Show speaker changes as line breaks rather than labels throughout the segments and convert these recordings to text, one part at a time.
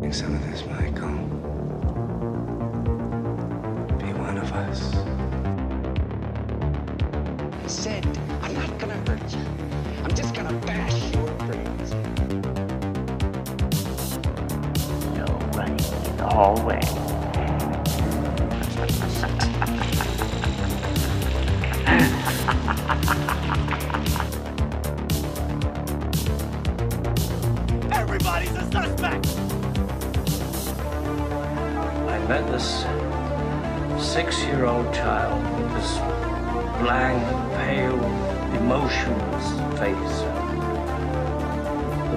drink some of this, Michael. Be one of us.
I said, I'm not gonna hurt you. I'm just gonna bash your brains.
No running in the hallway.
Everybody's a suspect!
I met this six year old child with this blank, pale, emotionless face,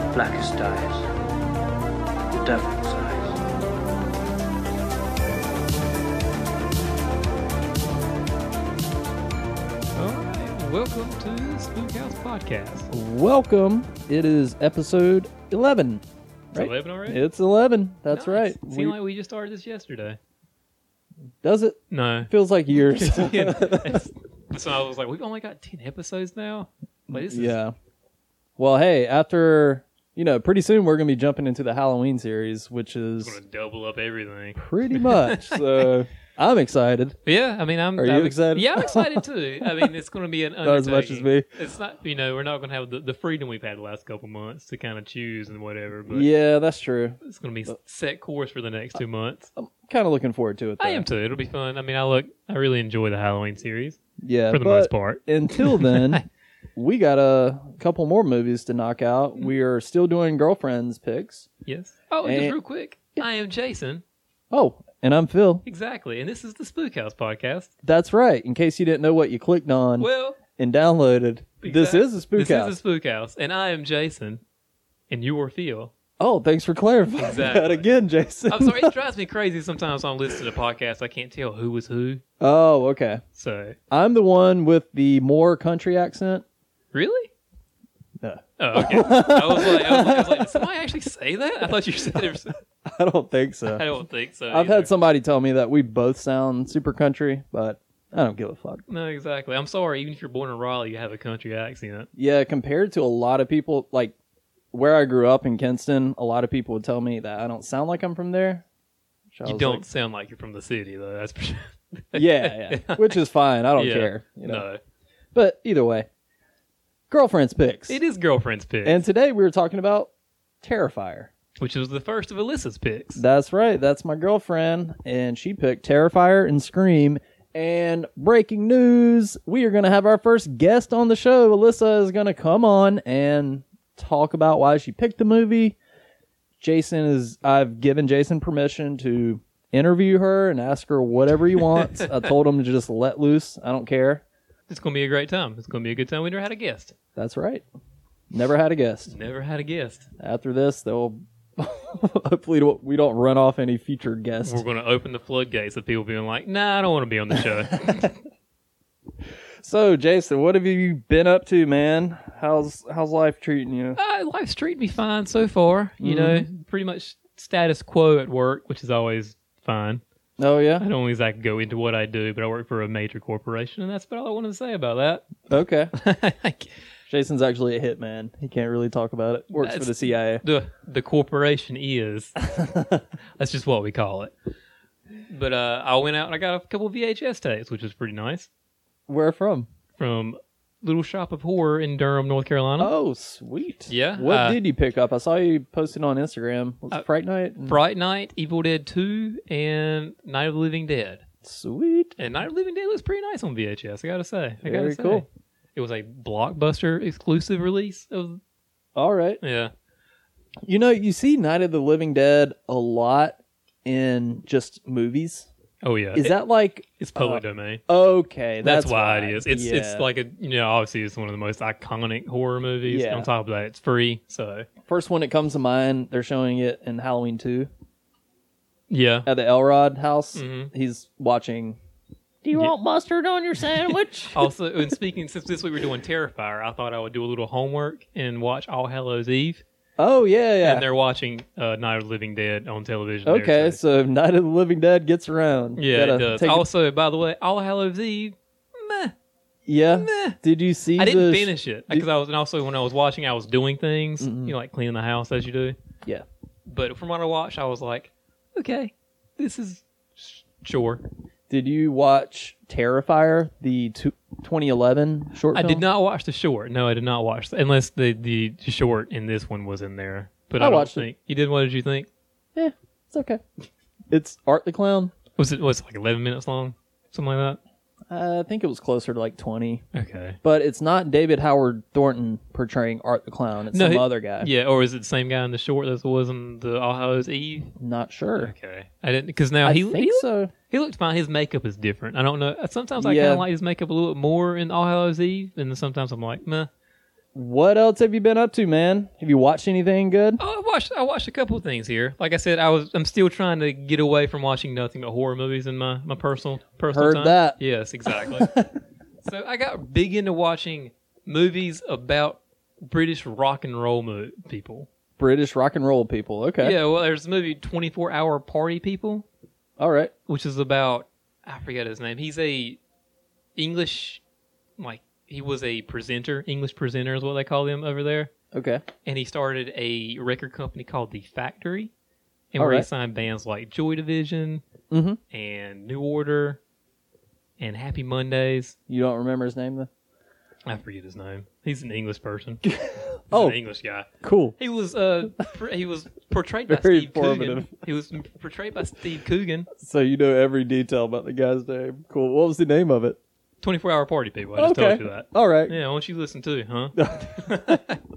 the blackest eyes, the devil's eyes.
All right, welcome to Spookhouse Podcast.
Welcome. It is episode 11.
It's 11 already?
It's 11.
Nice.
That's right.
Seemed
We-
like we just started this yesterday.
does it?
No.
Feels like years.
so I was like, we've only got 10 episodes now? Like, this is-
yeah. Well, hey, after, you know, pretty soon we're going to be jumping into the Halloween series, which
it's
is
going to double up everything.
pretty much. so I'm excited.
But yeah, I mean, I'm.
Are you
I'm-
excited?
Yeah, I'm excited too. I mean, it's going to be an
Not as much as me.
undertaking. It's not, you know, we're not going to have the, the freedom we've had the last couple months to kind of choose and whatever. But
Yeah, Uh, that's true.
it's going to be set course for the next two months.
I'm kind of looking forward to it. Though.
I am too. It'll be fun. I mean, I look, I really enjoy the Halloween series
Yeah,
for the
but
most part.
Until then, we got a couple more movies to knock out. We are still doing girlfriends picks.
Yes. Oh, and just
And-
real quick, I am Jason.
Oh, and I'm Phil.
Exactly, and this is the Spook House podcast.
That's right. In case you didn't know what you clicked on
Well,
and downloaded, this
exact-
is a spook
this
house.
is the Spook House, and I am Jason, and you are Phil.
Oh, thanks for clarifying that
Exactly.
again, Jason.
I'm sorry, it drives me crazy sometimes when I'm listening to podcasts. I can't tell who was who.
oh, okay.
So,
I'm the one with the more country accent.
really?
No.
Oh, okay. I was like, I was like, I was like, did somebody actually say that? I thought you said. It was,
I don't think
I
so.
don't think so.
I've
either.
had somebody tell me that we both sound super country, but I don't give a fuck.
No, exactly. I'm sorry. Even if you're born in Raleigh, you have a country accent.
Yeah, compared to a lot of people, like where I grew up in Kinston, a lot of people would tell me that I don't sound like I'm from there. which I
You
was
don't sound like you're from the city, though. That's for sure.
like, yeah, yeah, which is fine. I don't
Yeah.
care. You know?
No,
But either way, girlfriend's picks.
it is girlfriend's pick,
And today we were talking about Terrifier.
which was the first of Alyssa's picks.
That's right. That's my girlfriend, and she picked Terrifier and Scream. And breaking news: we are going to have our first guest on the show. Alyssa is going to come on and talk about why she picked the movie. Jason is. I've given Jason permission to interview her and ask her whatever he wants. I told him to just let loose. I don't care.
It's gonna be a great time. It's gonna be a good time. We never had a guest.
That's right. Never had a guest.
Never had a guest.
after this they'll hopefully don't- we don't run off any future guests
We're gonna open the floodgates of people being like, "Nah, I don't want to be on the show."
so jason what have you been up to man how's how's life treating you
uh, life's treating me fine so far. You know, pretty much status quo at work, which is always fine.
oh
I
yeah
don't exactly go into what I do, but I work for a major corporation, and that's about all I wanted to say about
okay
that.
jason's actually a hitman he can't really talk about it works for
That's-
the cia
the the corporation is. That's just what we call it. But uh, I went out and I got a couple VHS tapes, which was pretty nice
where from
from Little Shop of Horror in Durham, North Carolina.
oh sweet
Yeah,
what
uh,
did you pick up i saw you posted on instagram was it
Uh,
fright night and-
Fright Night, Evil Dead Two, and Night of the Living Dead.
sweet
And Night of the Living Dead looks pretty nice on VHS. I gotta say, I gotta
Very
say.
cool.
It was a blockbuster exclusive release of
all right
yeah.
you know you see night of the living dead a lot in just movies
Oh yeah,
is
It-
that like
it's public
uh,
domain.
okay
That's,
that's,
why, it is. It's
Yeah.
it's like a you know obviously it's one of the most iconic horror movies.
Yeah.
On top of that, it's free. So
First one that comes to mind, they're showing it in Halloween 2
yeah,
at the Elrod house.
Mhm.
He's watching. Do
you Yeah. Oh.
want mustard on your sandwich?
also, and speaking since this week we're doing Terrifier, I thought I would do a little homework and watch All Hallows Eve.
oh, yeah, yeah.
And they're watching uh, Night of the Living Dead on television. there,
okay,
so-
so Night of the Living Dead gets around.
yeah, it
Gotta
does.
take
Also, by the way, All Hallows Eve. Meh.
yeah.
Meh.
Did you see
I didn't
the sh- Mm-hmm.
finish it because I was, and also when I was watching, I was doing things, you know, like cleaning the house as you do.
Yeah.
But from what I watched, I was like, okay, this is sh- sure.
Did you watch Terrifier, the two, 2011 short
I
film?
did not watch the short. No, I did not watch unless the the short in this one was in there. But
I
I, don't
watched it.
think you did. What did you think?
Yeah, it's okay. It's Art the Clown.
Was it was it like eleven minutes long, something like
I think it was closer to like 20.
that? Okay.
But it's not David Howard Thornton portraying Art the Clown. It's
No,
some
he-
other guy.
Yeah, or is it the same guy in the short that was in the All Hallows Eve?
Not sure.
Okay, I didn't because now
I
he
think
he, looked-
so.
he looked fine. His makeup is different. I don't know. Sometimes I
Yeah.
kind of like his makeup a little bit more in All Hallows Eve, and then sometimes I'm like, meh.
What else have you been up to, man? Have you watched anything good?
Oh, I watched I watched a couple of things here. Like I said, I was I'm still trying to get away from watching nothing but horror movies in my my personal personal
Heard
time.
that.
Yes, exactly. so I got big into watching movies about British rock and roll mo- people.
British rock and roll people. Okay.
Yeah, well, there's a movie 24 Hour Party People,
All right.
which is about I forget his name. He's a English like he was a presenter, English presenter is what they call them over there.
Okay.
and he started a record company called The Factory, and
All
where he
right.
signed bands like Joy Division
Mm-hmm.
and New Order and Happy Mondays.
You don't remember his name, though?
I forget his name. He's an English person. He's
Oh.
an English guy.
Cool.
He was uh pr- he was portrayed by
Very
Steve Coogan.
informative.
He was portrayed by Steve Coogan.
So you know every detail about the guy's name. Cool. What was the name of it?
Twenty four hour party people. I just
okay.
told you that.
All right.
Yeah, why don't you listen too, huh?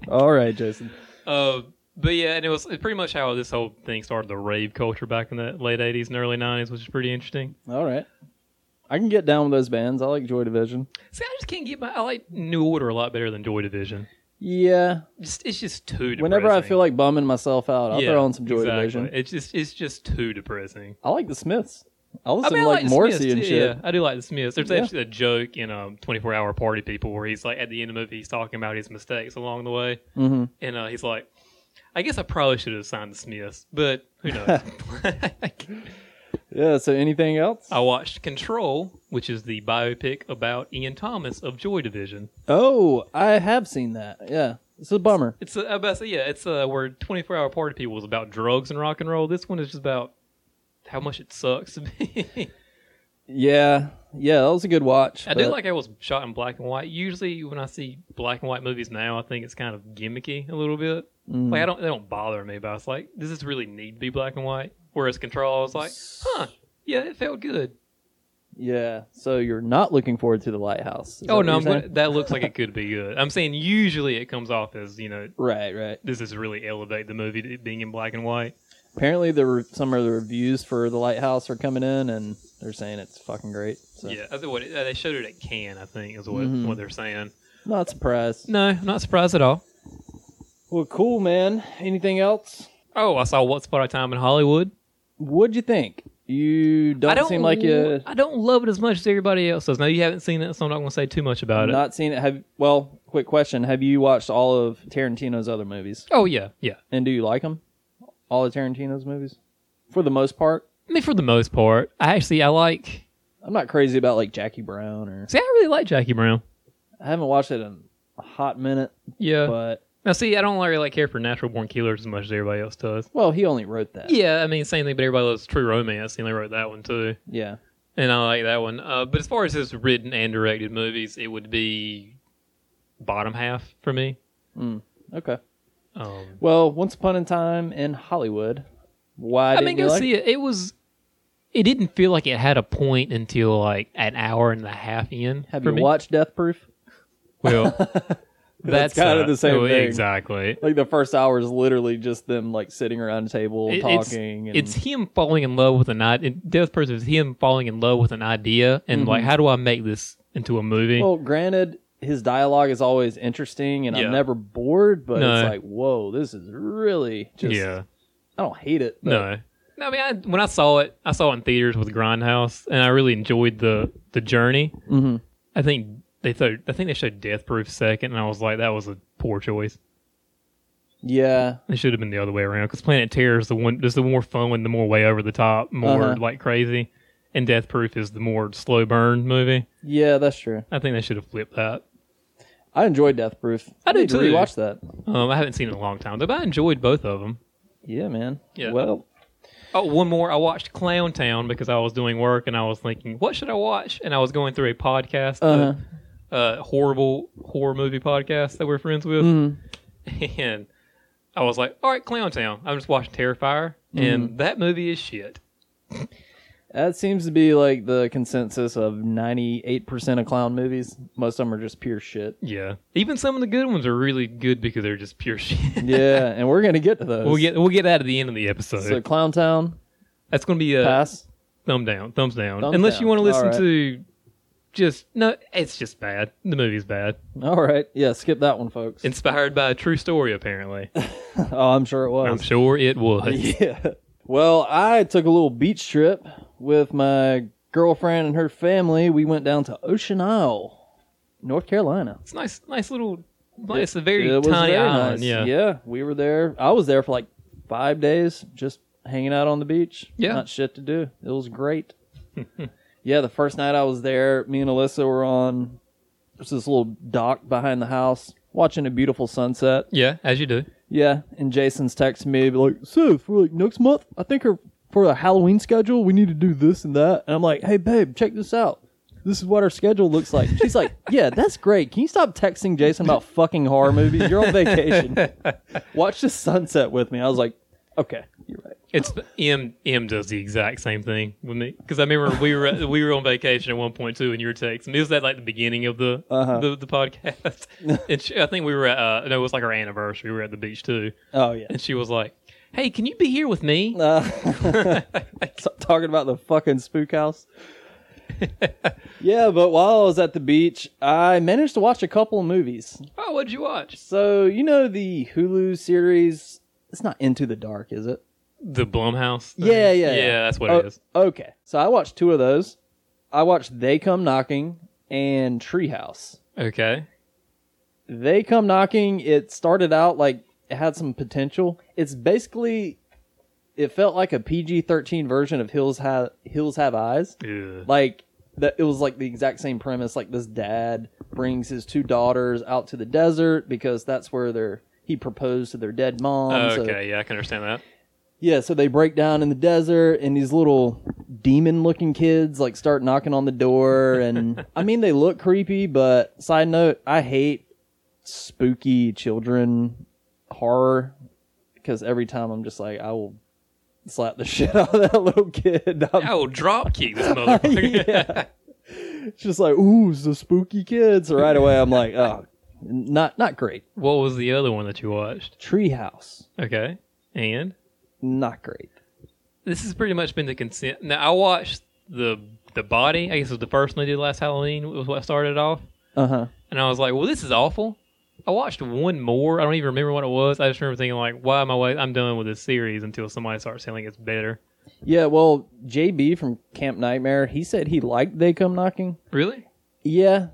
All right, Jason.
Uh, but yeah, and it was pretty much how this whole thing started the rave culture back in the late '80s and early '90s, which is pretty interesting.
All right. I can get down with those bands. I like Joy Division.
See, I just can't get my. I like New Order a lot better than Joy Division.
Yeah.
Just it's just too. Depressing.
Whenever I feel like bumming myself out, I'll
Yeah,
throw on some Joy
exactly.
Division.
It's just it's just too depressing.
I like the Smiths. I listen
I mean,
to
I
like,
like the
Morrissey
Smiths,
and
too,
shit.
Yeah, I do like the Smiths. There's
Yeah.
actually a joke in um 24 Hour Party People where he's like at the end of the movie he's talking about his mistakes along the way,
Mm-hmm.
and uh, he's like, I guess I probably should have signed the Smiths, but who knows.
Yeah. So anything else?
I watched Control, which is the biopic about Ian Thomas of Joy Division.
Oh, I have seen that. Yeah. It's a bummer.
It's uh, about so yeah, it's uh, where twenty four hour party people is about drugs and rock and roll. This one is just about how much it sucks to be.
Yeah. Yeah. That was a good watch.
I do
but-
like how it was shot in black and white. Usually, when I see black and white movies now, I think it's kind of gimmicky a little bit.
Mm.
Like I don't, they don't bother me, but I was like, does this really need to be black and white? Whereas Control, I was like, huh, yeah, it felt good.
Yeah. So you're not looking forward to the lighthouse. Is that
oh
what
no,
you're
I'm gonna,
saying?
that looks like it could be good. I'm saying usually it comes off as you know
Right. Right.
this is really elevate the movie to being in black and white.
Apparently, the re- some of the reviews for the lighthouse are coming in, and they're saying it's fucking great. So.
Yeah, that's what uh, they showed it at Cannes, I think, is what,
Mhm.
what they're saying.
Not surprised.
No, not surprised at all.
Well, cool, man. Anything else?
Oh, I saw Once Upon a Time in Hollywood.
What'd you think? You don't,
I don't
seem like you
I don't love it as much as everybody else does. Now you haven't seen it, so I'm not going to say too much about it.
not seen it. Have well, quick question: Have you watched all of Tarantino's other movies,
Oh yeah, yeah.
and do you like them? All of Tarantino's movies, for the most part.
I mean, for the most part, I actually I like.
I'm not crazy about like Jackie Brown or
See, I really like Jackie Brown.
I haven't watched it in a hot minute,
Yeah.
but
now, see, I don't really like care for Natural Born Killers as much as everybody else does.
well, he only wrote that.
Yeah, I mean, same thing, but everybody loves True Romance, and they wrote that one too.
yeah.
And I like that one. Uh, but as far as his written and directed movies, it would be bottom half for me.
Okay.
Um,
Well, Once Upon a Time in Hollywood. Why
I
didn't
mean,
you
go
like
see it. It was. It didn't feel like it had a point until like an hour and a half in.
Have
for
you
me.
watched Death Proof?
Well, that's,
kinda
uh,
the same
oh,
thing.
Exactly.
Like the first hour is literally just them like sitting around a table
It- it's-
talking. and,
It's, him falling in love with an idea. Death Person is him falling in love with an idea and like, how do I make this into a movie?
Mm-hmm. well, granted, his dialogue is always interesting, and
Yeah.
I'm never bored. But
No.
it's like, whoa, this is really just.
yeah.
I don't hate it. But
No. No, I mean, I, when I saw it, I saw it in theaters with Grindhouse, and I really enjoyed the the journey.
Mhm.
I think they thought, I think they showed Death Proof second, and I was like, that was a poor choice.
Yeah.
It should have been the other way around because Planet Terror is the one, is the more fun and the more way over the top, more
Uh-huh.
like crazy, and Death Proof is the more slow burn movie.
Yeah, that's true.
I think they should have flipped that.
I enjoyed Death Proof.
I do
need to
too.
Rewatch that.
Um, I haven't seen it in a long time, though, but I enjoyed both of them.
Yeah, man.
Yeah.
Well,
Oh, one more. I watched Clown Town because I was doing work and I was thinking, what should I watch? And I was going through a podcast,
uh,
uh, uh, horrible horror movie podcast that we're friends with,
mm,
and I was like, all right, Clown Town. I'm just watching Terrifier,
Mm-hmm.
and that movie is shit.
that seems to be like the consensus of ninety-eight percent of clown movies. Most of them are just pure shit.
Yeah, even some of the good ones are really good because they're just pure shit.
Yeah, and we're gonna get to those.
we'll get we'll get that at the end of the episode.
so Clown Town
That's going to be a
pass.
thumb down, thumbs down.
Thumbs
Unless
down.
you want to
All
listen
right.
to just no, it's just bad. The movie's bad.
All right, yeah, skip that one, folks.
Inspired by a true story, apparently.
oh, I'm sure it was.
I'm sure it was.
Yeah. Well, I took a little beach trip with my girlfriend and her family. We went down to Ocean Isle, North Carolina.
It's nice, nice little. It's a very
It was
tiny
very
island.
nice.
Yeah.
Yeah. We were there. I was there for like five days, just hanging out on the beach.
Yeah.
Not shit to do. It was great. yeah. The first night I was there, me and Alyssa were on there's this little dock behind the house watching a beautiful sunset.
yeah, as you do.
Yeah, and Jason's texting me be like, so for like next month, I think our, for the Halloween schedule, we need to do this and that. And I'm like, hey babe, check this out. This is what our schedule looks like. She's like, yeah, that's great. Can you stop texting Jason about fucking horror movies? You're on vacation. Watch the sunset with me. I was like, okay, you're right.
It's M. M does the exact same thing with me because I remember we were we were on vacation at one point too, and you were texting. me. It was at like the beginning of the
Uh-huh.
the, the podcast. and she, I think we were at uh, no, it was like our anniversary. We were at the beach too,
Oh yeah.
and she was like, "Hey, can you be here with me?" Oh,
Uh, stop talking about the fucking spook house. yeah, but while I was at the beach, I managed to watch a couple of movies.
Oh, what'd you watch?
So you know the Hulu series. It's not Into the Dark, is it?
The Blumhouse. thing?
Yeah, yeah,
yeah.
yeah.
that's what
Oh,
it is.
Okay, so I watched two of those. I watched They Come Knocking and Treehouse.
Okay.
They Come Knocking. It started out like it had some potential. It's basically, it felt like a PG thirteen version of Hills Have Hills Have Eyes.
Ugh.
like that it was like the exact same premise like this dad brings his two daughters out to the desert because that's where their he proposed to their dead mom so-
Oh, okay, yeah, I can understand that.
yeah so they break down in the desert and these little demon looking kids like start knocking on the door and i mean they look creepy but side note i hate spooky children horror because every time i'm just like i will slap the shit out of that little kid I'm
I will Oh, drop kick this motherfucker.
yeah. It's just like, ooh, it's the spooky kids. Right away, I'm like, oh, not not great.
What was the other one that you watched?
Treehouse,
Okay, and
not great.
this has pretty much been the consent. Now I watched the the body. I guess it was the first one they did last Halloween. Was what started it off,
Uh huh.
and I was like, "Well, this is awful." I watched one more. I don't even remember what it was. I just remember thinking like, "Why am I? Wa- I'm done with this series until somebody starts telling it's better."
Yeah, well, JB from Camp Nightmare, he said he liked They Come Knocking.
Really?
Yeah,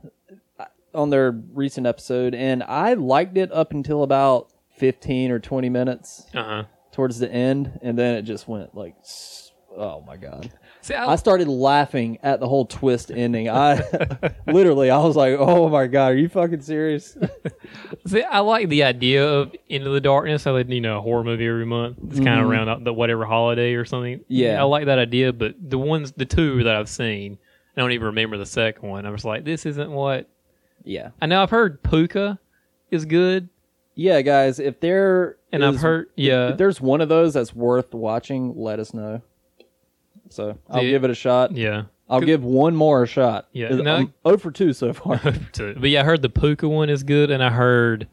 I- on their recent episode, and I liked it up until about 15 or 20 minutes
Uh huh.
towards the end, and then it just went like, s- oh my god.
See, I,
I started laughing at the whole twist ending. I literally, I was like, "Oh my god, are you fucking serious?"
see, I like the idea of Into the Darkness. How they you know a horror movie every month. It's kind of around the whatever holiday or something.
Mm-hmm. Yeah.
I like that idea. But the ones, the two that I've seen, I don't even remember the second one. I was like, "This isn't what."
Yeah,
I know I've heard Puka is good.
yeah, guys. If there
And I've
is-
heard, uh, yeah,
if there's one of those that's worth watching, let us know. So I'll
Yeah.
give it a shot.
yeah.
I'll give one more a shot.
Yeah,
I'm
no.
0 for two so far.
To- But yeah, I heard the Puka one is good, and I heard,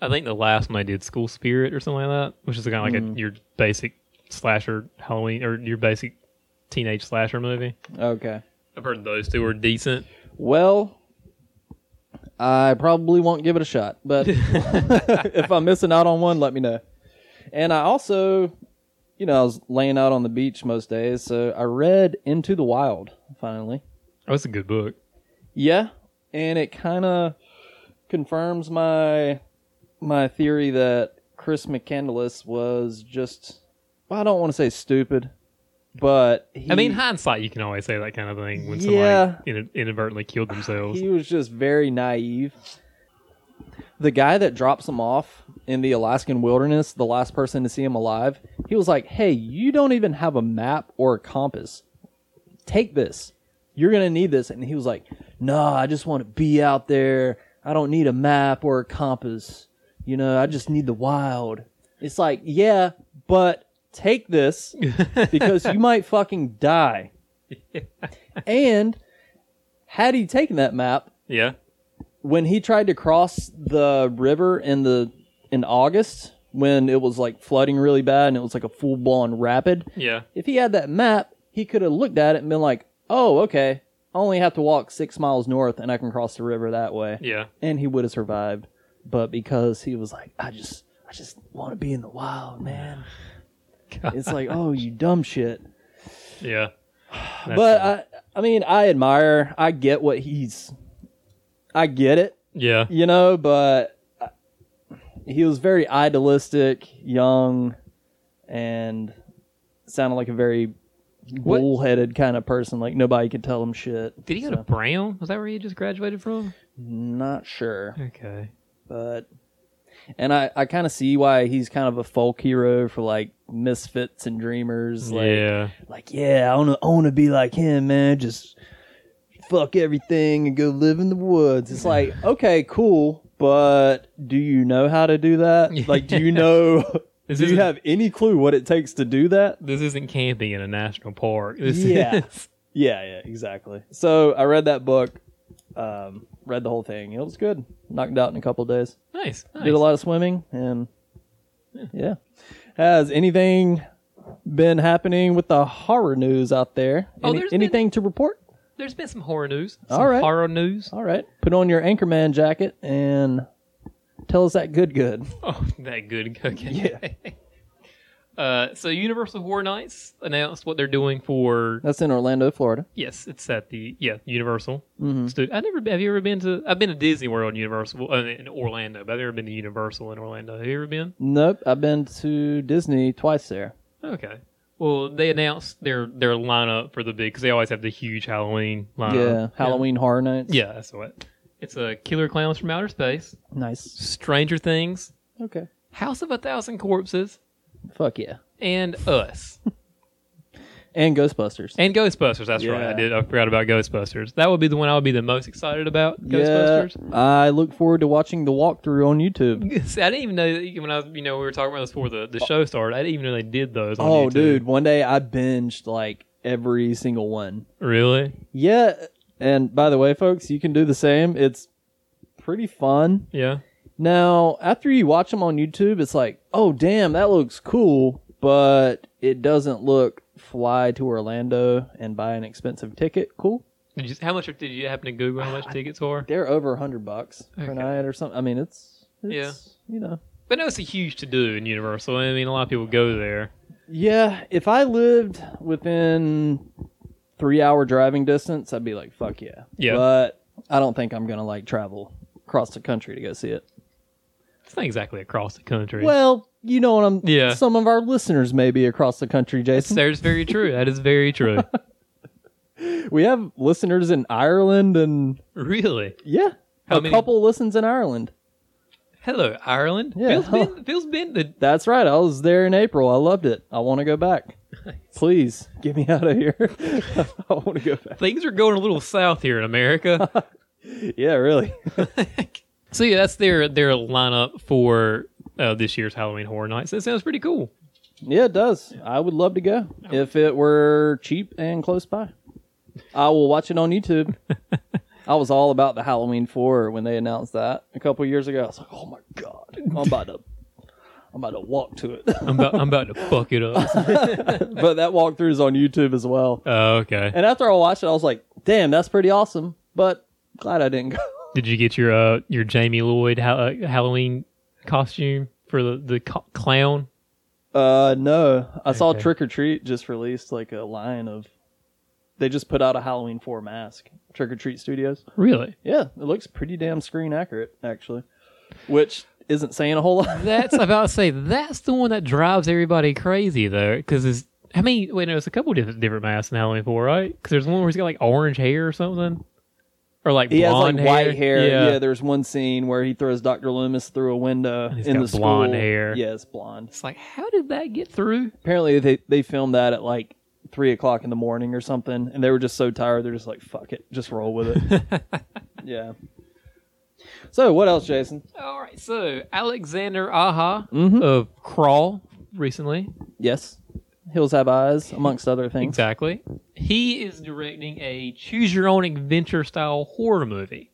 I think the last one I did, School Spirit or something like that, which is kind of like
Mm-hmm.
a, your basic slasher Halloween or your basic teenage slasher movie.
okay.
I've heard those two are decent.
Well, I probably won't give it a shot, but if I'm missing out on one, let me know. And I also, you know, I was laying out on the beach most days, so I read Into the Wild finally.
Oh, it's a good book.
Yeah, and it kind of confirms my my theory that Chris McCandless was just well, I don't want to say stupid, but he,
I mean, hindsight, you can always say that kind of thing when
Yeah.
somebody in, inadvertently killed themselves.
he was just very naive. the guy that drops him off in the Alaskan wilderness, the last person to see him alive, he was like, "Hey, you don't even have a map or a compass. Take this. You're gonna need this." And he was like, "No, I just want to be out there. I don't need a map or a compass. You know, I just need the wild." It's like, yeah, but take this because you might fucking die. And had he taken that map,
Yeah.
when he tried to cross the river in the in August when it was like flooding really bad and it was like a full blown rapid,
Yeah.
if he had that map, he could have looked at it and been like, "Oh, okay, I only have to walk six miles north and I can cross the river that way,"
Yeah.
and he would have survived. But because he was like, "I just, I just want to be in the wild, man," it's like, "Oh, you dumb shit."
Yeah. That's-
but I, I mean, I admire, I get what he's, I get it
yeah.
you know, but uh, he was very idealistic, young, and sounded like a very
What-
bullheaded kind of person. Like nobody could tell him shit.
Did he go to
So,
Brown? Was that where he just graduated from?
Not sure,
Okay.
but and I I kind of see why he's kind of a folk hero for like misfits and dreamers. Like,
yeah.
like yeah, I want to I want to be like him, man. Just fuck everything and go live in the woods. It's like okay, cool, but do you know how to do that? Like, do you know?
This
do you
isn't-
have any clue what it takes to do that?
This isn't camping in a national park. This
Yeah.
is
Yeah, yeah, exactly. So I read that book, um, read the whole thing. It was good. Knocked out in a couple of days.
nice. nice.
Did a lot of swimming and yeah. Has anything been happening with the horror news out there?
Oh,
Any-
there's been-
anything to report?
There's been some horror news.
All
Some
right.
Horror news.
All right. Put on your Anchorman jacket and tell us that good good.
Oh, that good cooking. Yeah. uh, so Universal Horror Nights announced what they're doing for.
That's in Orlando, Florida.
Yes, it's at the yeah Universal.
Mm-hmm.
Stu- I never have you ever been to? I've been to Disney World, and Universal uh, in Orlando, but I've never been to Universal in Orlando. Have you ever been?
Nope. I've been to Disney twice there.
Okay. Well, they announced their their lineup for the big because they always have the huge Halloween lineup.
yeah. Halloween Horror Nights.
Uh-huh. Yeah, that's what. It's a uh, Killer Clowns from Outer Space,
Nice.
Stranger Things,
Okay.
House of a Thousand Corpses,
Fuck yeah.
and Us.
And Ghostbusters.
And Ghostbusters, that's right.
Yeah.
I did. I forgot about Ghostbusters. That would be the one I would be the most excited about. Ghostbusters.
Yeah, I look forward to watching the walkthrough on YouTube.
See, I didn't even know that- when I was, you know, we were talking about this before the, the show started. I didn't even know they did those. On
Oh,
YouTube.
dude. One day I binged like every single one.
really?
Yeah. And by the way, folks, you can do the same. It's pretty fun.
Yeah,
Now, after you watch them on YouTube, it's like, oh, damn, that looks cool, but it doesn't look fly to Orlando and buy an expensive ticket. Cool.
did you, how much did you happen to Google how much tickets were?
They're over a 100 bucks per
Okay.
night or something. I mean, it's, it's you know.
But no, it's a huge to do in Universal. I mean, a lot of people go there.
Yeah, if I lived within three hour driving distance, I'd be like, fuck yeah.
Yeah.
But I don't think I'm going to like travel across the country to go see it.
It's not exactly across the country.
Well, you know what I'm.
Yeah.
Some of our listeners may be across the country, Jason.
That is very true. That is very true.
We have listeners in Ireland and
really?
yeah,
How
a
many-
couple listens in Ireland.
Hello, Ireland.
Yeah.
Phil's been, Phil's been to
That's right. I was there in April. I loved it. I want to go back. Please get me out of here. I want to go back.
things are going a little south here in America.
Yeah, really.
so yeah, that's their their lineup for uh, this year's Halloween Horror Nights. That sounds pretty cool.
Yeah, it does. I would love to go if it were cheap and close by. I will watch it on YouTube. I was all about the Halloween Four when they announced that a couple years ago. I was like, oh my god, I'm about to, I'm about to walk to it.
I'm about, I'm about to fuck it up.
but that walkthrough is on YouTube as well.
Oh, okay.
And after I watched it, I was like, damn, that's pretty awesome. But glad I didn't go.
Did you get your uh your Jamie Lloyd ha- uh, Halloween costume for the the co- clown?
Uh, no. I saw
Okay.
Trick or Treat just released like a line of. They just put out a Halloween 4 mask, Trick or Treat Studios.
Really?
Yeah, it looks pretty damn screen accurate, actually. Which isn't saying a whole lot.
That's about to say that's the one that drives everybody crazy though, because it's I mean wait no, it's a couple different different masks in Halloween Four, right? Because there's one where he's got like orange hair or something. or like
He has like
blonde hair.
white hair. Yeah.
yeah.
there's one scene where he throws Dr. Loomis through a window
he's
in
got
the school.
blonde hair.
Yeah, it's blonde.
It's like, how did that get through?
Apparently they they filmed that at like three o'clock in the morning or something, and they were just so tired they're just like, fuck it, just roll with it. yeah. So what else, Jason?
All right, so Alexander Aha
Mhm.
of Crawl recently,
Yes. Hills Have Eyes, amongst other things.
exactly. He is directing a choose-your-own-adventure style horror movie.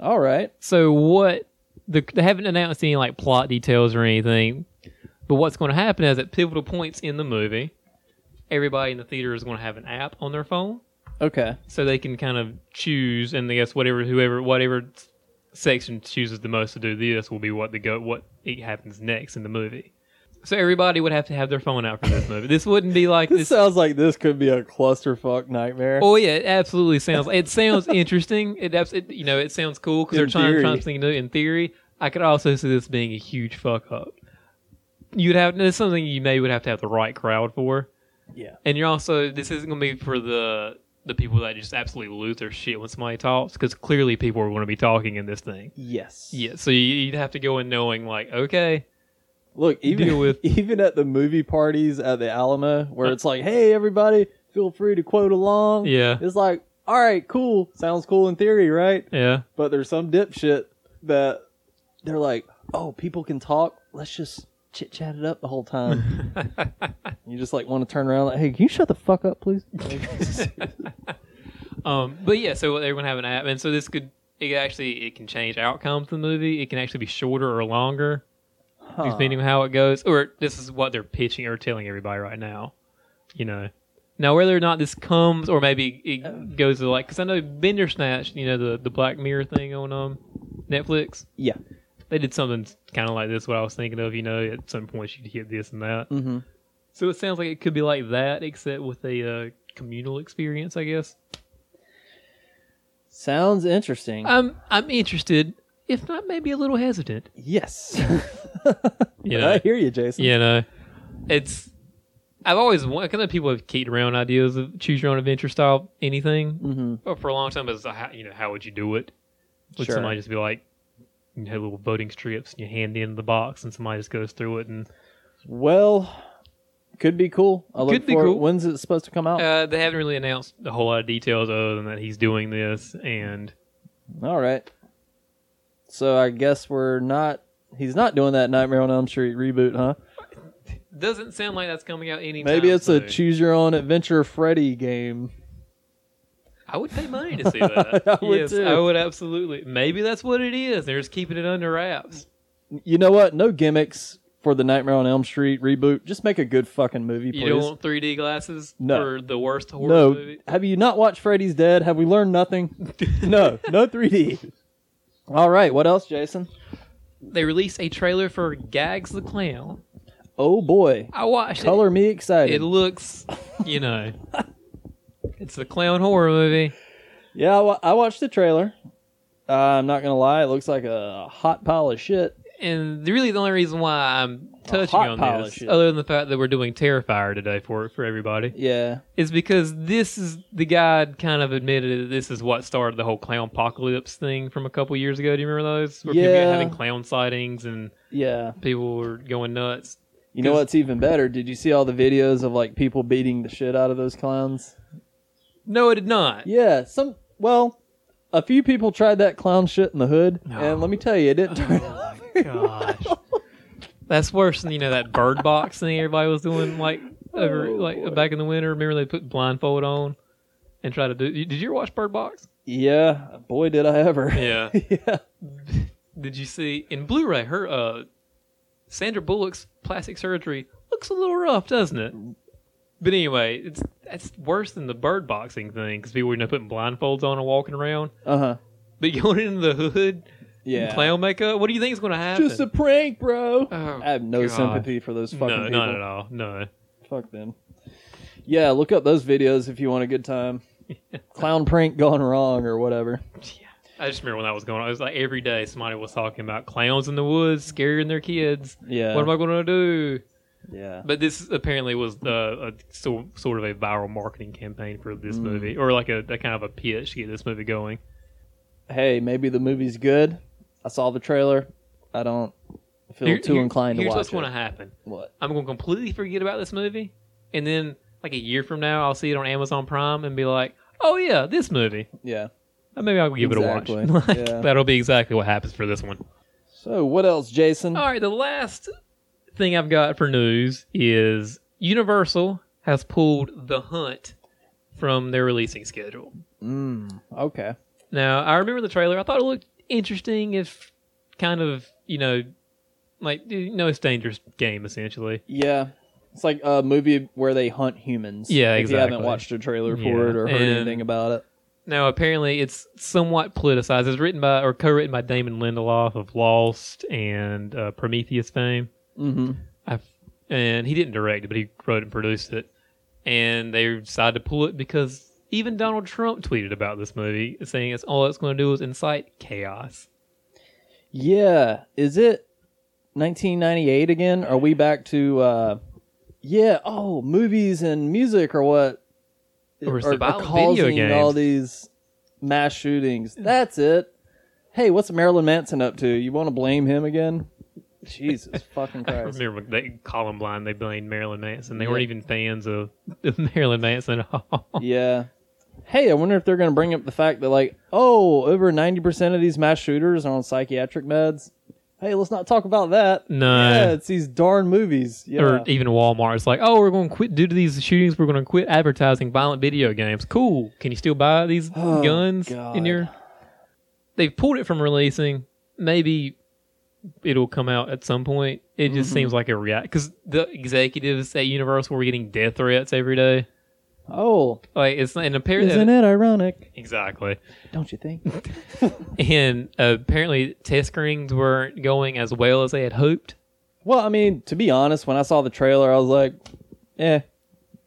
All right.
So what? The, they haven't announced any like plot details or anything, but what's going to happen is at pivotal points in the movie, everybody in the theater is going to have an app on their phone,
Okay.
so they can kind of choose and I guess whatever whoever whatever section chooses the most to do this will be what the go what it happens next in the movie. So everybody would have to have their phone out for this movie. This wouldn't be like
This
this.
sounds like this could be a clusterfuck nightmare.
Oh yeah, it absolutely sounds. It sounds interesting. It, abs- it you know it sounds cool because
In
they're trying,
theory.
trying something new. In theory, I could also see this being a huge fuck up. You'd have this is something you maybe would have to have the right crowd for.
Yeah.
and you're also this isn't going to be for the the people that just absolutely lose their shit when somebody talks because clearly people are going to be talking in this thing.
Yes.
Yeah, so you- you'd have to go in knowing like okay,
Look, even
Deal with-
even at the movie parties at the Alamo, where it's like, "Hey, everybody, feel free to quote along."
Yeah.
it's like, "All right, cool, sounds cool in theory, right?"
yeah,
But there's some dipshit that they're like, "Oh, people can talk. Let's just chit chat it up the whole time." you just like want to turn around, like, "Hey, can you shut the fuck up, please?"
Um, but yeah, so they're going to have an app, and so this could it actually it can change outcomes of the movie. It can actually be shorter or longer depending on how it goes. Or this is what they're pitching or telling everybody right now. You know, now whether or not this comes, or maybe it goes to like because I know Bandersnatch, you know the the Black Mirror thing on um Netflix.
yeah.
They did something kind of like this. What I was thinking of, you know, at some point you could hit this and that.
Mm-hmm.
So it sounds like it could be like that, except with a uh, communal experience, I guess.
Sounds interesting.
I'm I'm interested, if not maybe a little hesitant.
yes.
You
I
know,
hear you, Jason.
you know, it's I've always wanted. Cause people have kicked around ideas of choose your own adventure style anything
Mm-hmm.
but for a long time. Is how- you know how would you do it? Would
Sure.
somebody just be like, you know, little voting strips and you hand in the box and somebody just goes through it and
Well, could be cool. I look
Could be
for
cool.
When's it supposed to come out?
uh, they haven't really announced a whole lot of details other than that he's doing this and
All right. So I guess we're not. He's not doing that Nightmare on Elm Street reboot, huh?
doesn't sound like that's coming out anytime.
Maybe it's a
soon.
choose your own adventure Freddy game.
I would pay money to see that.
I would
yes,
too.
I would absolutely. Maybe that's what it is. They're just keeping it under wraps.
You know what? No gimmicks for the Nightmare on Elm Street reboot. Just make a good fucking movie,
You don't
please.
want 3D glasses
No.
for the worst horror
No.
movie?
Have you not watched Freddy's Dead? Have we learned nothing? no. No 3D. All right. What else, Jason?
They released a trailer for Gags the Clown.
Oh boy.
I watched
Color me
it. It
excited.
looks, you know, it's the clown horror movie.
Yeah, I, wa- I watched the trailer. Uh, I'm not gonna lie, it looks like a hot pile of shit.
And really the only reason why I'm touching
hot
on
pile of
this,
shit.
other than the fact that we're doing Terrifier today for for everybody,
Yeah,
is because this is the guy had kind of admitted that this is what started the whole clown apocalypse thing from a couple years ago. Do you remember those? Where people
Yeah.
were having clown sightings and
yeah.
people were going nuts.
You know
'Cause-
what's even better? Did you see all the videos of like people beating the shit out of those clowns?
No, it did not.
Yeah, some. Well, a few people tried that clown shit in the hood, and let me tell you, it didn't turn out. very well.
gosh. That's worse than you know that bird box thing everybody was doing like over like back in the winter. Remember they put blindfold on and try to do. Did you ever watch Bird Box?
Yeah, boy, did I ever.
Yeah.
yeah.
did you see in Blu-ray her uh Sandra Bullock's plastic surgery looks a little rough, doesn't it? But anyway, it's that's worse than the bird boxing thing because people were you know, putting blindfolds on and walking around.
Uh huh.
But going into the hood,
Yeah.
clown makeup. What do you think is going to happen?
Just a prank, bro.
Oh,
I have no
God.
sympathy for those fucking
no,
people.
not at all. No.
Fuck them. Yeah, look up those videos if you want a good time. Clown prank gone wrong or whatever.
I just remember when that was going on. It was like every day somebody was talking about clowns in the woods scaring their kids.
Yeah.
What am I going to do?
yeah.
But this apparently was uh, a so,
Mm.
sort of a viral marketing campaign for this movie, or like a, a kind of a pitch to get this movie going.
hey, maybe the movie's good. I saw the trailer. I don't feel
Here-
too
here-
inclined to
here's
watch
what's
it.
going to happen.
What?
I'm going to completely forget about this movie, and then like a year from now, I'll see it on Amazon Prime and be like, "Oh yeah, this movie."
Yeah.
Uh, Maybe I'll give
Exactly.
it a watch. Like,
Yeah.
That'll be exactly what happens for this one.
So what else, Jason?
All right, the last thing I've got for news is Universal has pulled The Hunt from their releasing schedule.
Mm, okay.
Now, I remember the trailer. I thought it looked interesting, if kind of, you know, like, you know, it's a dangerous game, essentially.
Yeah. It's like a movie where they hunt humans.
Yeah,
if you haven't
exactly.
watched a trailer for
Yeah,
it or heard
and-
anything about it.
Now, apparently, it's somewhat politicized. It's written by or co written by Damon Lindelof of Lost and uh, Prometheus fame.
Mm-hmm.
i and he didn't direct it, but he wrote and produced it. And they decided to pull it because even Donald Trump tweeted about this movie, saying it's all it's going to do is incite chaos.
Yeah. Is it 1998 again? Are we back to, uh, yeah, oh, movies and music are what
Or it's
are, are
about video
causing
games.
all these mass shootings. That's it. Hey, what's Marilyn Manson up to? You want to blame him again? Jesus fucking
I
Christ.
remember they Columbine, they blamed Marilyn Manson. They
Yeah.
weren't even fans of, of Marilyn Manson at all.
Yeah. Hey, I wonder if they're going to bring up the fact that, like, oh, over 90% of these mass shooters are on psychiatric meds. Hey, let's not talk about that.
No.
Yeah, it's these darn movies. Yeah.
Uh, Or even Walmart. It's like, oh, we're going to quit due to these shootings. We're going to quit advertising violent video games. Cool. Can you still buy these
Oh,
guns in
God.
your? They've pulled it from releasing. Maybe it'll come out at some point. It
Mm-hmm.
just seems like a react because the executives at Universal were getting death threats every day.
oh,
Like it's and apparently
isn't it ironic?
exactly.
Don't you think?
And uh, apparently test screenings weren't going as well as they had hoped.
well, I mean, to be honest, when I saw the trailer, I was like, eh,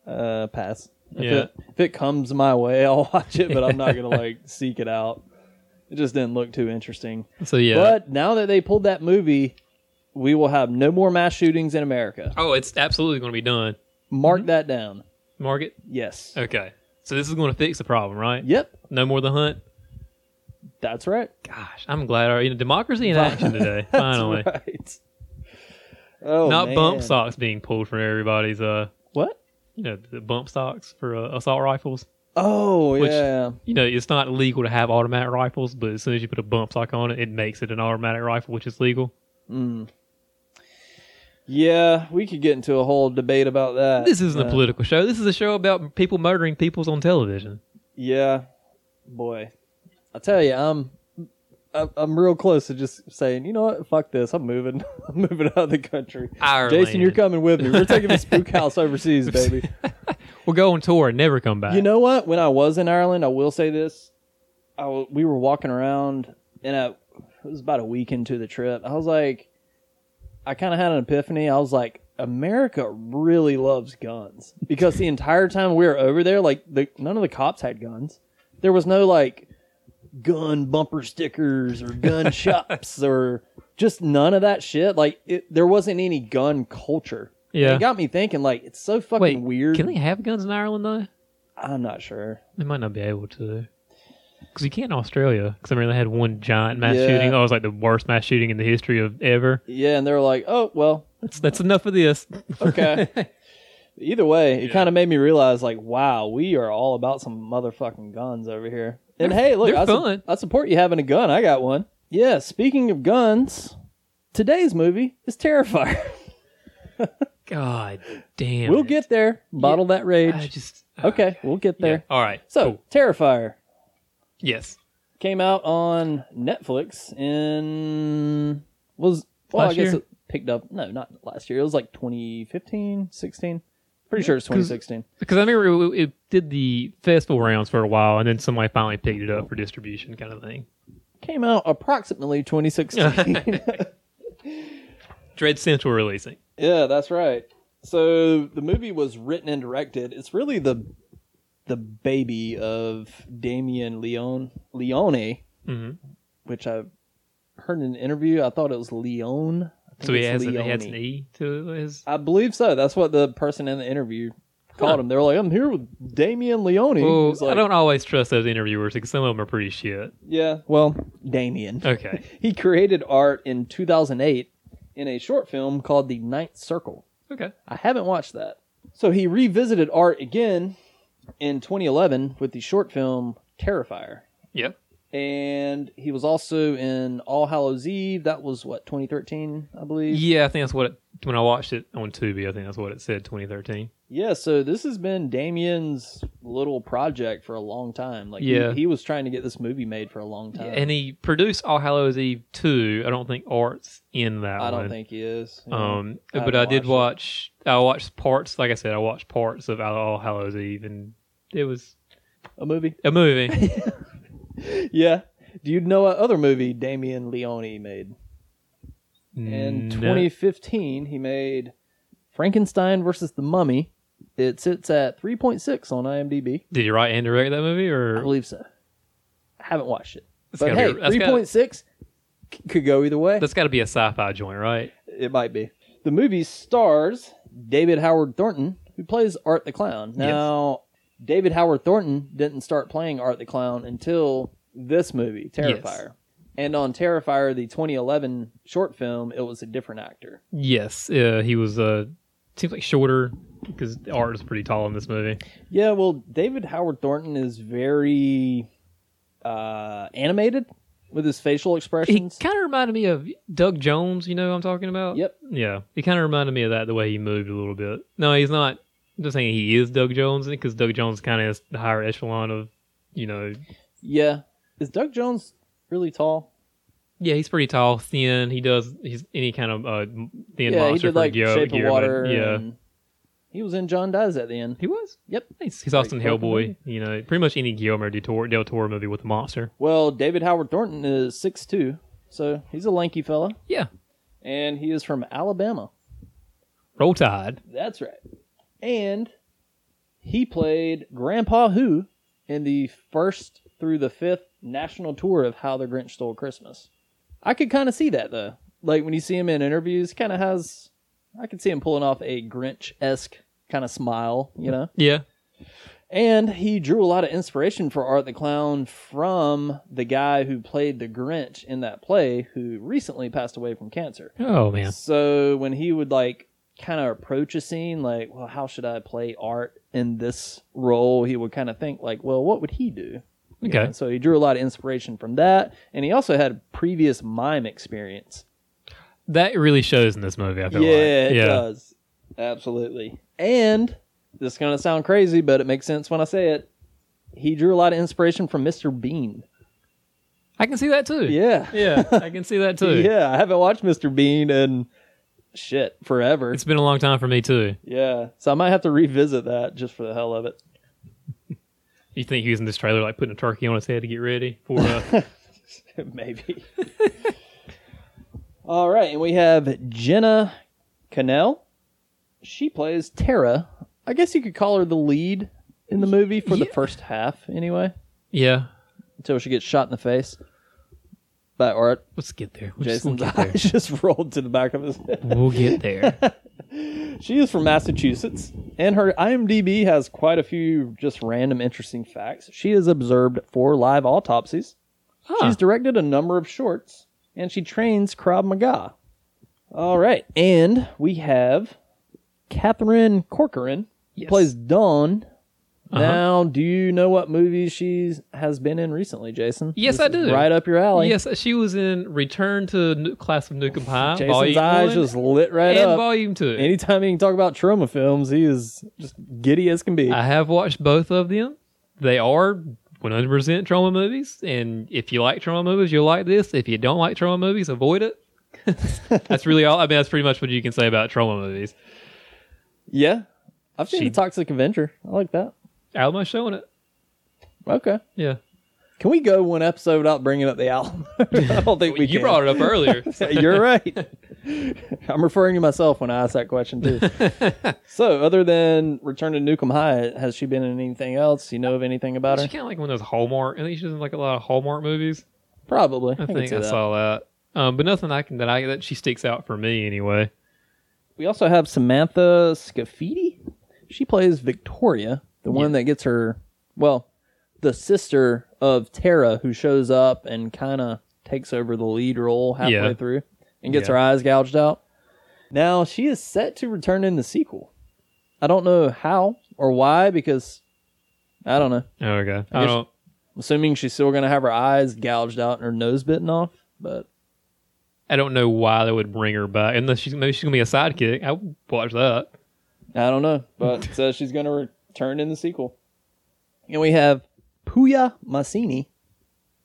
uh, pass. If,
Yeah.
it, if it comes my way, I'll watch it, but I'm not going to, like, seek it out. It just didn't look too interesting.
So yeah.
But now that they pulled that movie, we will have no more mass shootings in America.
oh, it's absolutely going to be done.
Mark that down.
Market.
Yes.
Mm-hmm. Okay. So this is going to fix the problem, right?
Yep,
No more the hunt.
that's right.
Gosh, I'm glad. Our, you know, democracy in action today. Finally,
That's right. Oh,
not bump
man.
stocks being pulled from everybody's. Uh,
What?
you know, the bump stocks for uh, assault rifles.
Oh,
Which-
yeah.
You know, it's not legal to have automatic rifles, but as soon as you put a bump stock on it, it makes it an automatic rifle, which is legal.
Yeah, we could get into a whole debate about that.
This isn't
Uh,
a political show. This is a show about people murdering peoples on television.
Yeah. Boy. I tell you, I'm. I'm I'm real close to just saying, you know what? Fuck this. I'm moving. I'm moving out of the country.
Ireland.
Jason, you're coming with me. We're taking the spook house overseas, baby.
We're going tour and never come back.
You know what? When I was in Ireland, I will say this: I w- we were walking around, and I, it was about a week into the trip. I was like, I kind of had an epiphany. I was like, America really loves guns because the entire time we were over there, like the, none of the cops had guns. There was no like gun bumper stickers or gun shops or just none of that shit. Like it, there wasn't any gun culture.
Yeah.
It got me thinking. Like it's so fucking
Wait,
weird.
Can they have guns in Ireland though?
I'm not sure.
They might not be able to. Because you can't in Australia. Because I remember they had one giant mass
Yeah.
shooting. Oh, it was like the worst mass shooting in the history of ever.
Yeah, and they're like, "Oh, well,
That's, that's enough of this.
okay." Either way, it kind of made me realize, like, wow, we are all about some motherfucking guns over here. And hey, look,
they're
I, su-
fun.
I support you having a gun. I got one. Yeah. Speaking of guns, today's movie is Terrifier.
God damn.
we'll
it.
get there. Bottle that
I
rage.
just. uh,
Okay, we'll get
Yeah.
there.
All right.
So,
Cool.
Terrifier
Yes.
came out on Netflix in was well,
Last
I guess
year?
it picked up. No, not last year. It was like 2015, 16. Pretty sure it's 2016.
Because I remember it, it did the festival rounds for a while, and then somebody finally picked it up for distribution, kind of thing.
came out approximately 2016.
Dread Central releasing.
yeah, that's right. So the movie was written and directed. It's really the the baby of Damien Leone, Leone,
hmm
which I heard in an interview. I thought it was Leone. I think
So he has,
it's
an, he has
Leone.
an E to his.
I believe so. That's what the person in the interview caught him. They were like, "I'm here with Damien Leone." He
Well,
was like,
I don't always trust those interviewers because some of them are pretty shit.
Yeah, well, Damien.
Okay.
He created art in 2008 in a short film called The Ninth Circle.
Okay.
I haven't watched that. So he revisited art again in 2011 with the short film Terrifier.
Yep.
And he was also in All Hallows Eve. That was what 2013, I believe.
Yeah, I think that's what it, when I watched it on Tubi. I think that's what it said. 2013.
Yeah, so this has been Damien's little project for a long time. Like, he-
Yeah.
he, was trying to get this movie made for a long time.
and he produced All Hallows Eve 2. I don't think Art's in that
I
one.
don't think he is. Yeah.
Um,
I
but
haven't
I did
watched
watch. I watched parts. Like I said, I watched parts of All Hallows Eve, and it was
a movie.
a movie.
Yeah. Do you know what other movie Damien Leone made? In
No.
2015, he made Frankenstein versus the Mummy. It sits at 3.6 on IMDb.
Did you write and direct that movie,
I
or
believe so. I haven't watched it.
That's
but
gotta
hey,
be- that's gotta-
3.6 c- could go either way.
that's got to be a sci-fi joint, right?
It might be. The movie stars David Howard Thornton, who plays Art the Clown. Now, David Howard Thornton didn't start playing Art the Clown until this movie, Terrifier. And on Terrifier, the 2011 short film, it was a different actor.
Yes. Uh, he was. Uh, seems like shorter because Art is pretty tall in this movie.
Yeah, well, David Howard Thornton is very uh, animated with his facial
He
expressions.
kind of reminded me of Doug Jones. You know who I'm talking about?
Yep.
Yeah, he kind of reminded me of that the way he moved a little bit. No, he's not. I'm just saying he is Doug Jones because Doug Jones kind of is the higher echelon of, you know,
yeah. Is Doug Jones really tall?
yeah, he's pretty tall, thin. He does he's any kind of uh, thin
yeah, he
monster
did
for
like
Gyo-
Shape of
Guillermo.
Water.
Yeah,
and he was in John Dies at the end.
he was.
Yep.
Nice. He's also in
Great fucking
Hellboy.
movie.
You know, pretty much any Guillermo del Toro, del Toro movie with a monster.
Well, David Howard Thornton is 6'2, so he's a lanky fella,
Yeah,
and he is from Alabama.
Roll Tide.
That's right. And he played Grandpa Who in the first through the fifth national tour of How the Grinch Stole Christmas. I could kind of see that, though. Like when you see him in interviews, kind of has. I could see him pulling off a Grinch esque kind of smile, you know?
Yeah,
And he drew a lot of inspiration for Art the Clown from the guy who played the Grinch in that play, who recently passed away from cancer.
Oh man.
So when he would like kind of approach a scene, like, well, how should I play Art in this role? He would kind of think like, well, what would he do? You
Okay.
know, so he drew a lot of inspiration from that, and he also had previous mime experience.
That really shows in this movie. I feel
Yeah,
like.
it does. Absolutely. And this is going to sound crazy, but it makes sense when I say it. He drew a lot of inspiration from Mr. Bean.
I can see that too.
Yeah.
yeah, I can see that too.
Yeah, I haven't watched Mr. Bean in shit forever.
It's been a long time for me too.
Yeah. So I might have to revisit that just for the hell of it.
You think using this trailer like putting a turkey on his head to get ready for? Uh,
Maybe. All right, and we have Jenna Cannell. She plays Tara. I guess you could call her the lead in the movie for the
Yeah.
first half, anyway.
yeah,
until she gets shot in the face by Art.
let's get there. We'll just- we'll
Jason's
get
eyes
there.
just rolled to the back of his head.
We'll get there.
She is from Massachusetts, and her IMDb has quite a few just random interesting facts. She has observed four live autopsies.
Huh.
She's directed a number of shorts, and she trains Krav Maga. All right, and we have Catherine Corcoran, who
Yes.
plays Dawn.
Uh-huh.
Now, do you know what movie she has been in recently, Jason?
Yes,
This
I
is
do.
Right up your alley.
Yes, she was in Return to Nu- Class of Nukem High,
Jason's
Volume
eyes
One,
just lit right
and
up.
Volume Two.
Anytime he can talk about trauma films, he is just giddy as can be.
I have watched both of them. They are 100% trauma movies, and if you like trauma movies, you'll like this. If you don't like trauma movies, avoid it. that's really all. I mean, that's pretty much what you can say about trauma movies.
yeah, I've seen
She-
the Toxic Avenger. I like that.
Alamo showing it.
Okay,
Yeah,
can we go one episode without bringing up the album? I don't think we.
you brought it up earlier.
You're right. I'm referring to myself when I ask that question too. so, other than Return to Nukem High, has she been in anything else? You know of anything about
She
her?
kind of like one of those Hallmark. I think she's in like a lot of Hallmark movies.
Probably.
I
can
think
see
I
that.
saw that. Um, but nothing I can that I that she sticks out for me anyway.
We also have Samantha Scafidi. she plays Victoria, the one that gets her, well, the sister of Tara, who shows up and kind of takes over the lead role halfway
Yeah.
through and gets
Yeah.
her eyes gouged out. Now she is set to return in the sequel. I don't know how or why because I don't know.
Oh, okay. I,
guess-
don't.
I'm assuming she's still gonna have her eyes gouged out and her nose bitten off, but
I don't know why they would bring her back unless she's maybe she's gonna be a sidekick. I would watch that.
I don't know, but it says she's going to return in the sequel. And we have Puya Massini,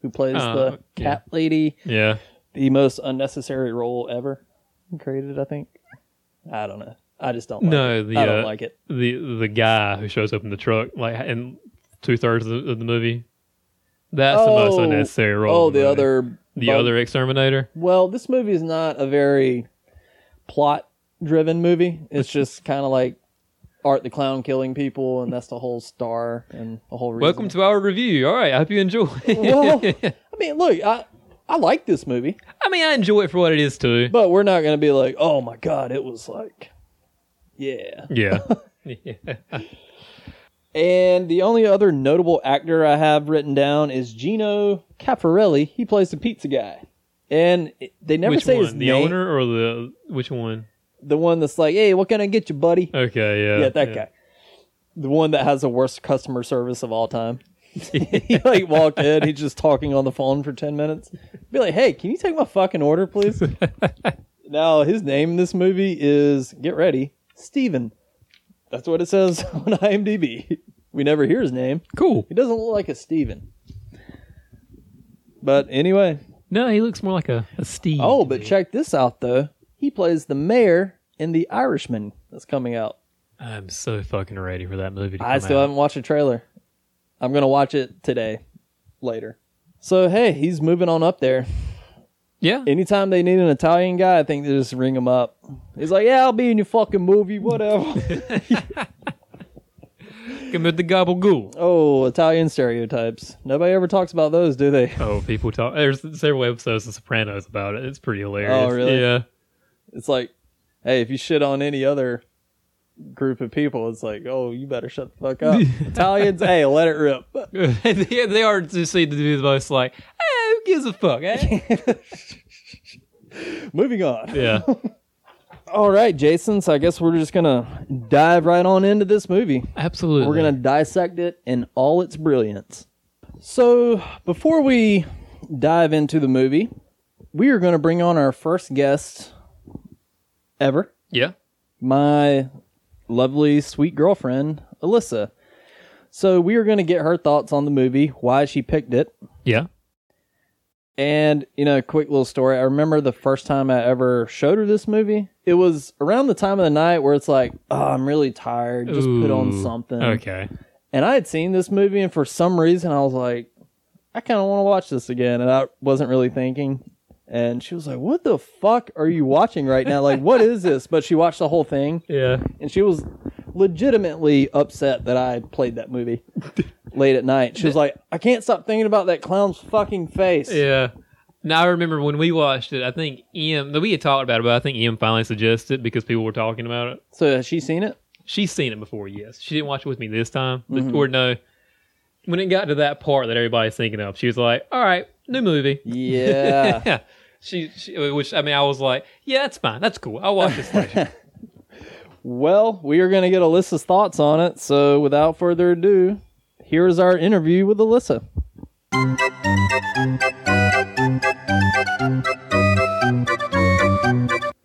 who plays
Oh,
the
yeah.
cat lady,
Yeah.
the most unnecessary role ever created, I think. I don't know. I just don't like
No,
it.
the,
I don't
uh,
like it.
The the guy who shows up in the truck, like in two thirds of, the- of the movie. That's the most
Oh,
unnecessary role.
Oh,
in the
the
movie.
other.
the
bug-
other exterminator.
Well, this movie is not a very plot driven movie. It's just kind of like Art the Clown killing people, and that's the whole star and the whole reason.
Welcome to our review. All right, I hope you enjoy.
well, I mean, look, I I like this movie,
I mean, I enjoy it for what it is too.
but we're not gonna be like, oh my god, it was like, yeah.
Yeah. yeah.
And the only other notable actor I have written down is Gino Caffarelli. He plays the pizza guy, and it- they never
which
say
one?
his
the
name.
owner or the which one?
The one that's like, hey, what can I get you, buddy?
Okay. Yeah.
yeah, that guy. The one that has the worst customer service of all time. he like walked in, he's just talking on the phone for ten minutes. Be like, hey, can you take my fucking order, please? now his name in this movie is get ready, Steven. That's what it says on IMDb. We never hear his name.
Cool.
He doesn't look like a Steven. But anyway.
No, he looks more like a, a Steve.
Oh, but check this out though. He plays the mayor in The Irishman that's coming out.
I'm so fucking ready for that movie. To
I
come
still
out.
haven't watched a trailer. I'm gonna watch it today, later. So hey, he's moving on up there.
Yeah.
Anytime they need an Italian guy, I think they just ring him up. He's like, "Yeah, I'll be in your fucking movie, whatever."
Come with the gobble ghoul.
oh, Italian stereotypes. Nobody ever talks about those, do they?
Oh, people talk. There's several episodes of Sopranos about it. It's pretty hilarious.
Oh, really?
Yeah.
It's like, hey, if you shit on any other group of people, it's like, oh, you better shut the fuck up. Italians, hey, let it rip.
they, they are just seem to do the most like, eh, who gives a fuck? Eh?
Moving on.
yeah.
All right, Jason. So I guess we're just gonna dive right on into this movie.
Absolutely.
We're going to dissect it in all its brilliance. So, before we dive into the movie, we are going to bring on our first guest ever,
Yeah.
my lovely, sweet girlfriend, Alyssa. So, we are going to get her thoughts on the movie, why she picked it.
Yeah.
And, you know, a quick little story. I remember the first time I ever showed her this movie. It was around the time of the night where it's like, oh, I'm really tired. Just put on
Ooh.
something.
Okay.
And I had seen this movie, and for some reason, I was like, I kind of want to watch this again. And I wasn't really thinking. And she was like, What the fuck are you watching right now? Like, what is this? But she watched the whole thing,
Yeah.
and she was legitimately upset that I had played that movie late at night. She was like, I can't stop thinking about that clown's fucking face.
Yeah. Now I remember when we watched it. I think Em. We had talked about it, but I think Em finally suggested it because people were talking about it.
So, has she seen it?
She's seen it before, yes. She didn't watch it with me this time, but or no. When it got to that part that everybody's thinking of, she was like, "All right, new movie."
Yeah.
Yeah. She, she, which I mean, I was like, "Yeah, that's fine. That's cool. I'll watch this later."
well, we are going to get Alyssa's thoughts on it. So, without further ado, here is our interview with Alyssa.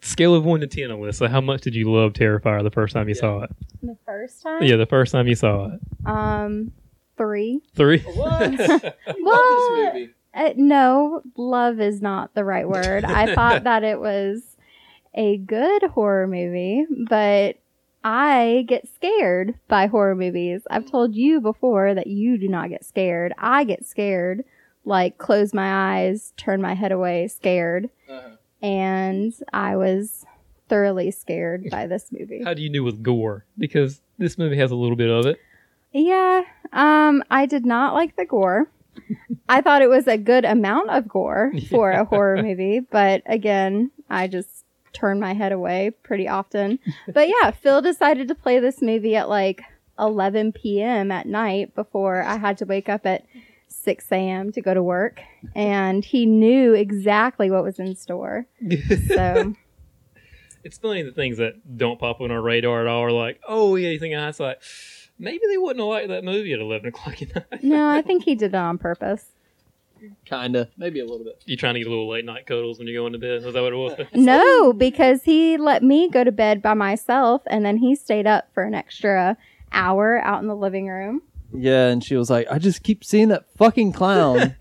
Scale of one to ten, Alyssa. How much did you love Terrifier the first time you saw it?
The first time?
Yeah, the first time you saw it.
Um, three.
Three.
What? Uh, no, love is not the right word. I thought that it was a good horror movie, but I get scared by horror movies. I've told you before that you do not get scared. I get scared, like close my eyes, turn my head away, scared. And I was thoroughly scared by this movie.
How do you do with gore? Because this movie has a little bit of it.
Yeah, um, I did not like the gore. I thought it was a good amount of gore for a horror movie, but again, I just turn my head away pretty often. But yeah, Phil decided to play this movie at like 11 p.m. at night before I had to wake up at 6 a.m. to go to work. And he knew exactly what was in store. So
It's funny the things that don't pop on our radar at all are like, oh yeah, you think in hindsight, maybe they wouldn't have liked that movie at eleven o'clock at night.
no, I think he did it on purpose.
Kinda, maybe a little bit.
You trying to get a little late night cuddles when you're going to bed? Was that what it was?
No, because he let me go to bed by myself and then he stayed up for an extra hour out in the living room.
Yeah, and she was like, "I just keep seeing that fucking clown."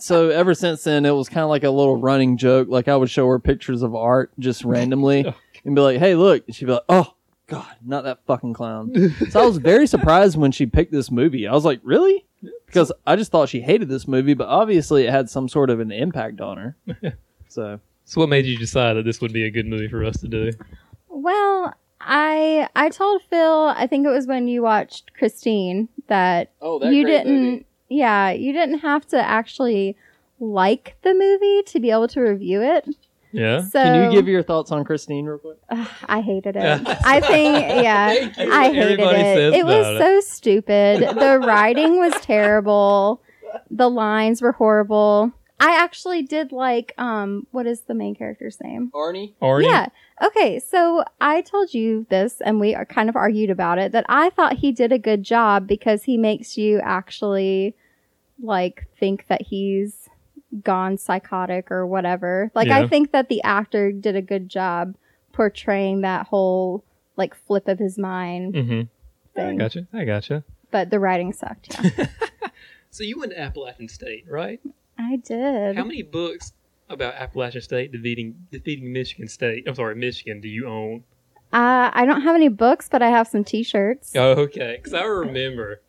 so ever since then, it was kind of like a little running joke. Like I would show her pictures of art just randomly and be like, "Hey, look," and she'd be like, "Oh." God, not that fucking clown. So I was very surprised when she picked this movie. I was like, really? Because I just thought she hated this movie, but obviously it had some sort of an impact on her. So
so what made you decide that this would be a good movie for us to do?
Well, I I told Phil, I think it was when you watched Christine that
Oh,
you didn't yeah, you didn't have to actually like the movie to be able to review it.
Yeah.
So
Can you give your thoughts on Christine real quick?
Ugh, I hated it. I think, yeah,
you.
I hated
Everybody
it.
says
It was
about it.
so stupid. The writing was terrible. The lines were horrible. I actually did like, um, what is the main character's name?
Arnie?
Arnie?
Yeah. Okay. So I told you this, and we are kind of argued about it that I thought he did a good job because he makes you actually like think that he's gone psychotic or whatever. Like, I
Yeah.
think that the actor did a good job portraying that whole like flip of his mind
Mm-hmm. I
thing.
gotcha. I gotcha.
But the writing sucked. Yeah.
So you went to Appalachian State, right?
I did.
How many books about Appalachian State defeating defeating Michigan State? I'm sorry, Michigan. Do you own?
Uh, I don't have any books, but I have some t shirts.
Oh, okay. Because I remember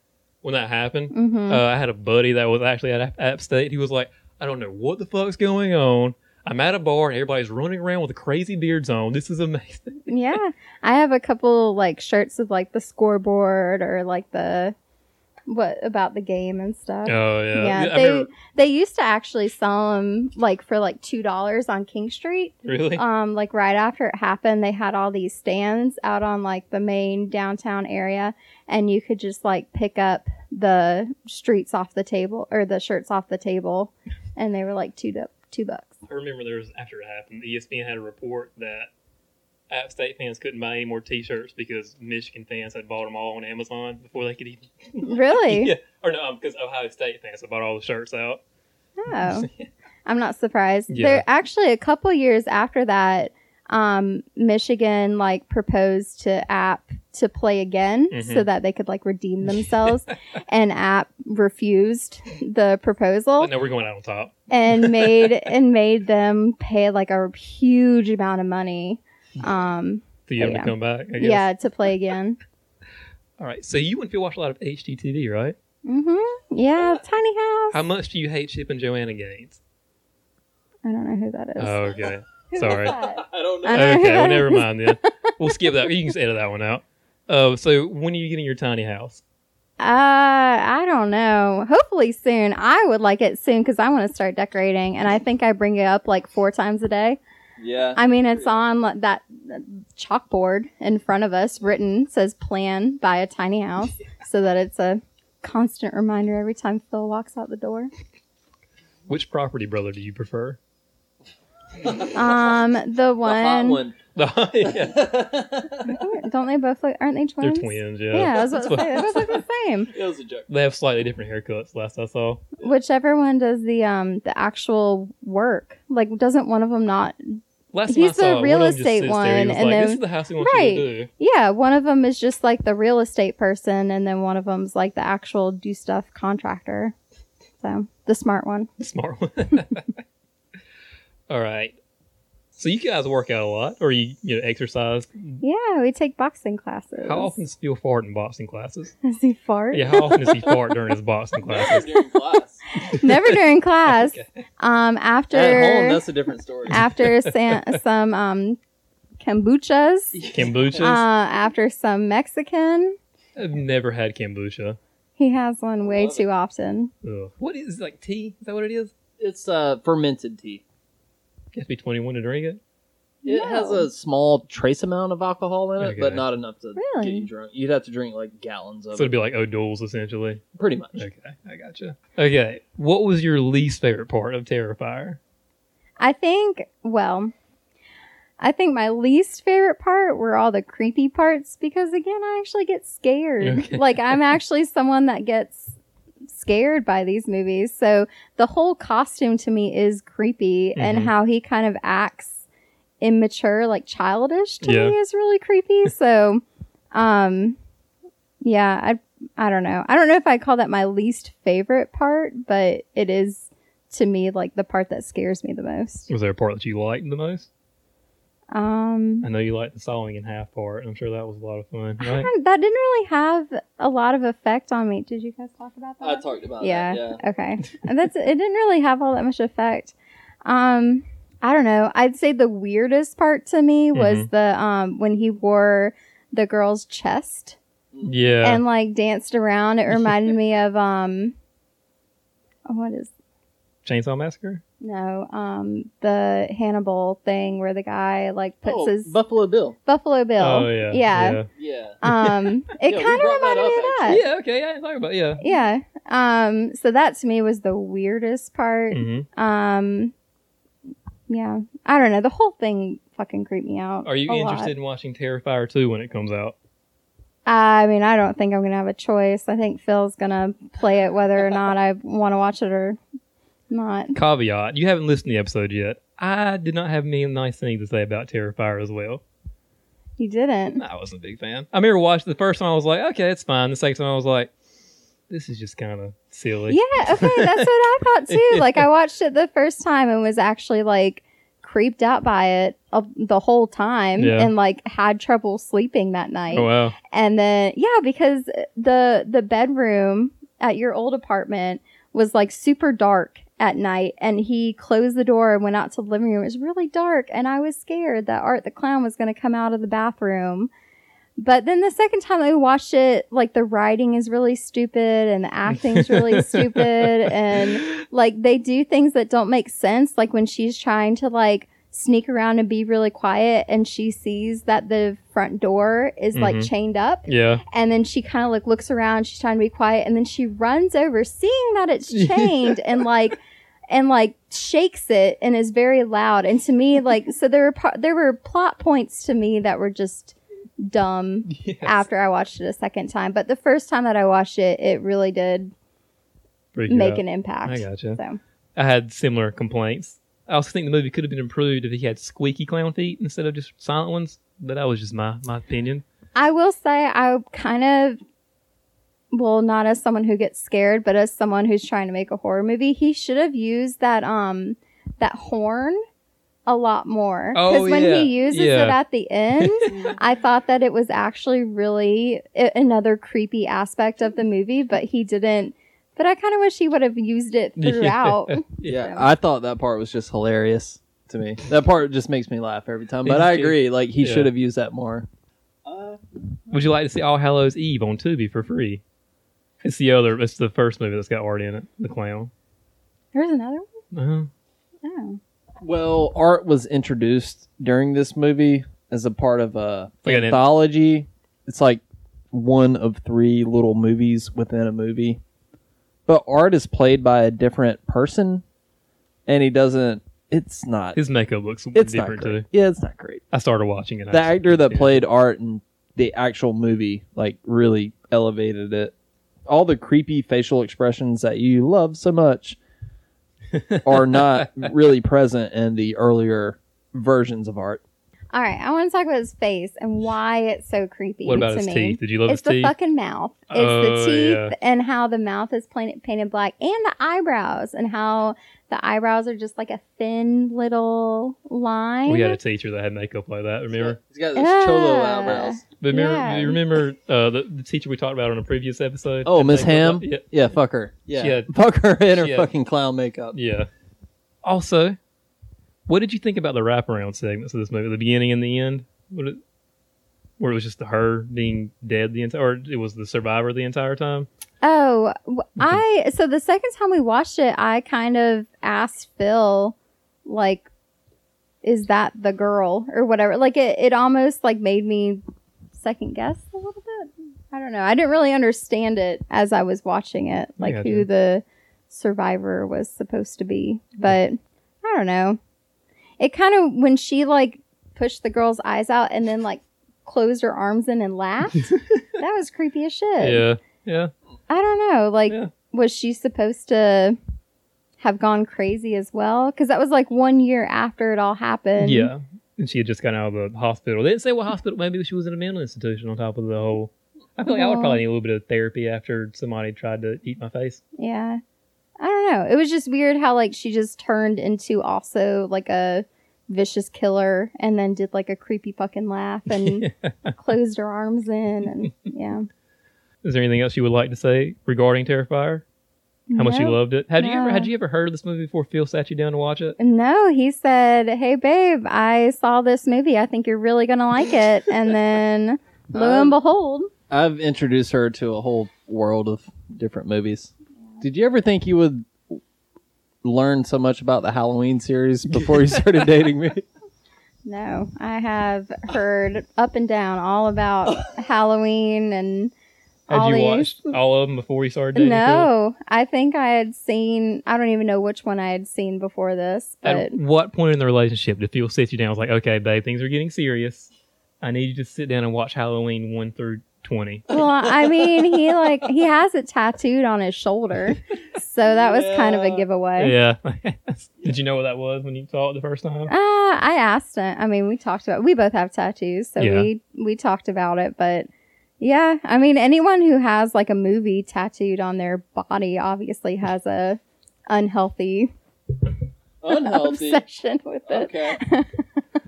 when that happened.
hmm
Uh, I had a buddy that was actually at App- App State. He was like, I don't know what the fuck's going on. I'm at a bar and everybody's running around with crazy beards on. This is amazing.
yeah i have a couple like shirts of like the scoreboard or like the what about the game and stuff
Oh
yeah,
yeah, I
they
remember-
they used to actually sell them like for like two dollars on king street
really.
um like right after it happened they had all these stands out on like the main downtown area and you could just like pick up the streets off the table or the shirts off the table and they were like two du- two bucks
I remember there was after it happened, E ESPN had a report that App State fans couldn't buy any more T-shirts because Michigan fans had bought them all on Amazon before they could even.
really
yeah, or no, because Ohio State fans had bought all the shirts out.
Oh, I'm not surprised.
Yeah.
There actually a couple years after that, um, Michigan like proposed to App to play again so
Mhm.
that they could like redeem themselves, and App refused the proposal
But Oh, no, we're going out on top.
and made and made them pay like a huge amount of money. Um,
Do you have
Yeah.
to come back? I guess.
yeah, to play again.
All right. So you and Phil watch a lot of HGTV, right?
Mm-hmm. Yeah, tiny house.
How much do you hate Chip and Joanna Gaines?
I don't know who that is.
Oh, okay.
Who is
Sorry.
that?
I don't
I don't know who
Okay, well,
that
never
is.
mind then. We'll skip that. You can just edit that one out. Uh, so when are you getting your tiny house?
Uh, I don't know. Hopefully soon. I would like it soon because I want to start decorating, and I think I bring it up like four times a day.
Yeah.
I mean, it's on like, that uh, chalkboard in front of us, written says "Plan by a tiny house," so that it's a constant reminder every time Phil walks out the door.
Which property, brother, do you prefer?
Um, the
The hot
one.
one.
yeah.
it
Don't they both look? Aren't they
They're
twins?
twins. Yeah.
Yeah, I was about to say they both look the same.
was a joke.
They have slightly different haircuts. Last I saw.
Whichever one does the um the actual work, like doesn't one of them not
Last
He's
time I
the
saw it,
real
one of them just
estate
sits there, he
one,
was
and
like,
then-
this is the house we want
Right.
you to do.
Yeah, one of them is just like the real estate person, and then one of them's like the actual do stuff contractor. So the smart one.
The smart one. All right. So you guys work out a lot, or you you know exercise.
Yeah, we take boxing classes.
Mm-hmm. How often does Phil fart in boxing classes?
Does he fart?
Yeah, how often does he fart during his boxing classes?
Never during class.
Okay.
Um, after
At home, that's a different story.
after sa- some um, kombuchas,
Kombuchas.
uh, after some Mexican.
I've never had kombucha.
He has one way
Love
too often.
Ugh. What is like tea? Is that what it is?
It's uh, fermented tea.
You have to be 21 to drink it.
It has
No.
a small trace amount of alcohol in it, but
Okay.
not enough to get
Really?
you drunk. You'd have to drink like gallons
So
of
it'd
it,
be like O'Doul's essentially.
pretty much.
Okay, I gotcha. Okay, what was your least favorite part of Terrifier?
I think, well, I think my least favorite part were all the creepy parts because, again, I actually get scared.
Okay.
Like, I'm actually someone that gets scared by these movies. So the whole costume to me is creepy, and
Mhm.
how he kind of acts immature, like childish to
Yeah.
me is really creepy. so, um, yeah, I I don't know. I don't know if I call that my least favorite part, but it is to me like the part that scares me the most.
Was there a part that you liked the most?
Um,
I know you liked the sawing in half part. and I'm sure that was a lot of fun,
I
right?
don't- hmm, that didn't really have a lot of effect on me. Did you guys talk about that?
I talked about
yeah,
that. Yeah.
Okay. And that's it didn't really have all that much effect. Um I don't know. I'd say the weirdest part to me was
Mm-hmm.
the um when he wore the girl's chest
yeah.
and like danced around. It reminded me of um what is
Chainsaw Massacre?
no um the Hannibal thing where the guy like puts
Oh,
his
Buffalo Bill.
Buffalo Bill.
Oh, yeah.
Yeah.
Yeah.
Um it
Yeah, we
kind of
brought that
reminded me of
up,
that.
Yeah, okay. I didn't talk about Yeah.
Yeah. Um so that to me was the weirdest part.
hmm
Um, yeah, I don't know. The whole thing fucking creeped me out.
Are you
a lot.
interested in watching Terrifier 2 when it comes out?
I mean, I don't think I'm gonna have a choice. I think Phil's gonna play it whether or not I want to watch it or not.
Caveat, you haven't listened to the episode yet. I did not have many nice things to say about Terrifier as well.
You didn't.
I wasn't a big fan. I remember watching the first one, I was like, okay, it's fine. The second time, I was like, this is just kind of silly.
Yeah. Okay, that's what I thought too. Like I watched it the first time and was actually like creeped out by it uh, the whole time
Yeah.
and like had trouble sleeping that night.
Oh, wow.
and then yeah because the the bedroom at your old apartment was like super dark at night and he closed the door and went out to the living room it was really dark and i was scared that art the clown was going to come out of the bathroom but then the second time i watched it like the writing is really stupid and the acting's really stupid and like they do things that don't make sense like when she's trying to like sneak around and be really quiet and she sees that the front door is like
Mhm.
chained up
Yeah.
and then she kind of like looks around she's trying to be quiet and then she runs over seeing that it's chained and like and like shakes it and is very loud and to me like so there were par- there were plot points to me that were just dumb
Yes.
after i watched it a second time but the first time that i watched it it really did
Freak you
make
out.
an impact
I gotcha.
so
I had similar complaints. I also think the movie could have been improved if he had squeaky clown feet instead of just silent ones, but that was just my, my opinion.
I will say I kind of well, not as someone who gets scared, but as someone who's trying to make a horror movie, he should have used that um that horn a lot more.
Oh,
when
yeah.
he uses it
Yeah.
at the end, I thought that it was actually really a- another creepy aspect of the movie, but he didn't. But I kind of wish he would have used it
Yeah.
throughout.
Yeah.
So-
I thought that part was just hilarious to me. That part just makes me laugh every time. But I agree. Like he
Yeah.
should have used that more.
Would you like to see All Hallows Eve on Tubi for free? It's the other. It's the first movie that's got Art in it, the clown.
There's another one.
Uh-huh.
Oh.
Well, art was introduced during this movie as a part of a
Like an-
anthology. It's like one of three little movies within a movie. But art is played by a different person, and he doesn't. It's not.
His makeup looks
It's not
different
great.
too.
Yeah, it's not great.
I started watching it. I
The
just-
actor that
yeah.
played art in the actual movie like really elevated it. All the creepy facial expressions that you love so much are not really present in the earlier versions of art.
All right, I want to talk about his face and why it's so creepy.
What about
to
his
me.
teeth? Did you love
it's
his
the
teeth?
fucking mouth. It's
Oh,
the teeth
yeah.
and how the mouth is painted, painted black, and the eyebrows and how the eyebrows are just like a thin little line.
we had a teacher that had makeup like that. Remember?
He's got
this Mm-hmm. Yeah. cholo eyebrows.
But remember,
Yeah.
you remember uh, the, the teacher we talked about on a previous episode?
Oh,
Had
Miss
makeup
Ham?
like- yeah,
Yeah, fuck her. Yeah.
She had-
fuck her in her
she had-
fucking clown makeup.
yeah. Also, what did you think about the wraparound segments of this movie? The beginning and the end. What it, where it was just her being dead the entire, or it was the survivor the entire time.
Oh, w- I so the second time we watched it, I kind of asked Phil, like, is that the girl or whatever? Like it, it almost like made me second guess a little bit. I don't know. I didn't really understand it as I was watching it, like
Yeah, I
who
did.
the survivor was supposed to be. But I don't know. It kind of when she like pushed the girl's eyes out and then like closed her arms in and laughed. that was creepy as shit.
Yeah, yeah.
I don't know. Like,
Yeah.
was she supposed to have gone crazy as well? Because that was like one year after it all happened.
Yeah. And she had just gotten out of the hospital. They didn't say what hospital. Maybe she was in a mental institution on top of the whole. I feel like I would
Well-
probably need a little bit of therapy after somebody tried to eat my face.
Yeah. I don't know. It was just weird how like she just turned into also like a vicious killer and then did like a creepy fucking laugh and closed her arms in and yeah.
Is there anything else you would like to say regarding Terrifier? How much you
No.
loved it? Had you ever
No.
had you ever heard of this movie before Phil sat you down to watch it?
No, he said, "Hey babe, I saw this movie. I think you're really going to like it." And then lo and
Uh,
Um,
behold,
I've introduced her to a whole world of different movies. Did you ever think you would learn so much about the Halloween series before you started dating me?
No, I have heard up and down all about Halloween and
Had
all
you
these.
watched all of them before you started dating Phil?
No, I think I had seen. I don't even know which one I had seen before this, but
At what point in the relationship did Phil sit you down? and was like, okay, babe, things are getting serious. I need you to sit down and watch Halloween one through twenty.
well, I mean, he like he has it tattooed on his shoulder, so that was kind of a giveaway.
Yeah. did you know what that was when you saw it the first time?
Uh, I asked him. I mean, we talked about. We both have tattoos, so
Yeah.
we we talked about it. But yeah, I mean, anyone who has like a movie tattooed on their body obviously has a unhealthy
Unhealthy.
obsession with it.
Okay.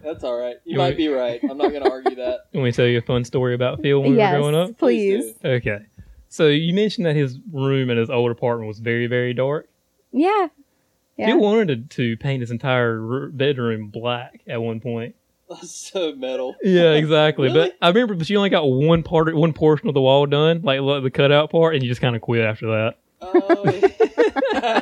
That's all right. You
You
might
want-
be right. I'm not going to argue that.
Let me tell you a fun story about Phil when
yes,
we were growing up.
please.
do.
Okay. So you mentioned that his room in his old apartment was very, very dark.
Yeah. Yeah.
Phil wanted to, to paint his entire r- bedroom black at one point.
That's so metal.
Yeah, exactly.
Really?
But I remember, but you only got one part, one portion of the wall done, like like the cutout part, and you just kind of quit after that.
Oh, yeah.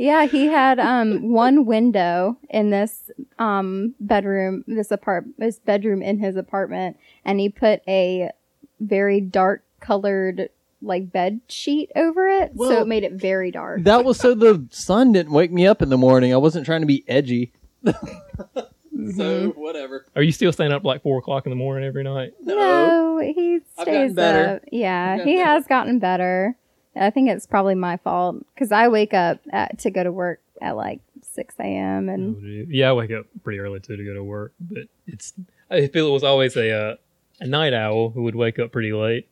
Yeah, he had um one window in this um bedroom, this apart this bedroom in his apartment, and he put a very dark colored like bed sheet over it, so
Well-
it made it very dark.
That was so the sun didn't wake me up in the morning. I wasn't trying to be edgy.
Mm-hmm.
so whatever.
Are you still staying up like four o'clock in the morning every night?
No, he
I've
stays
gotten better.
up. Yeah,
I've gotten
he
better.
has gotten better. I think it's probably my fault because I wake up at, to go to work at like six a.m. and
Yeah, I wake up pretty early too to go to work, but it's I feel it was always a uh, a night owl who would wake up pretty late.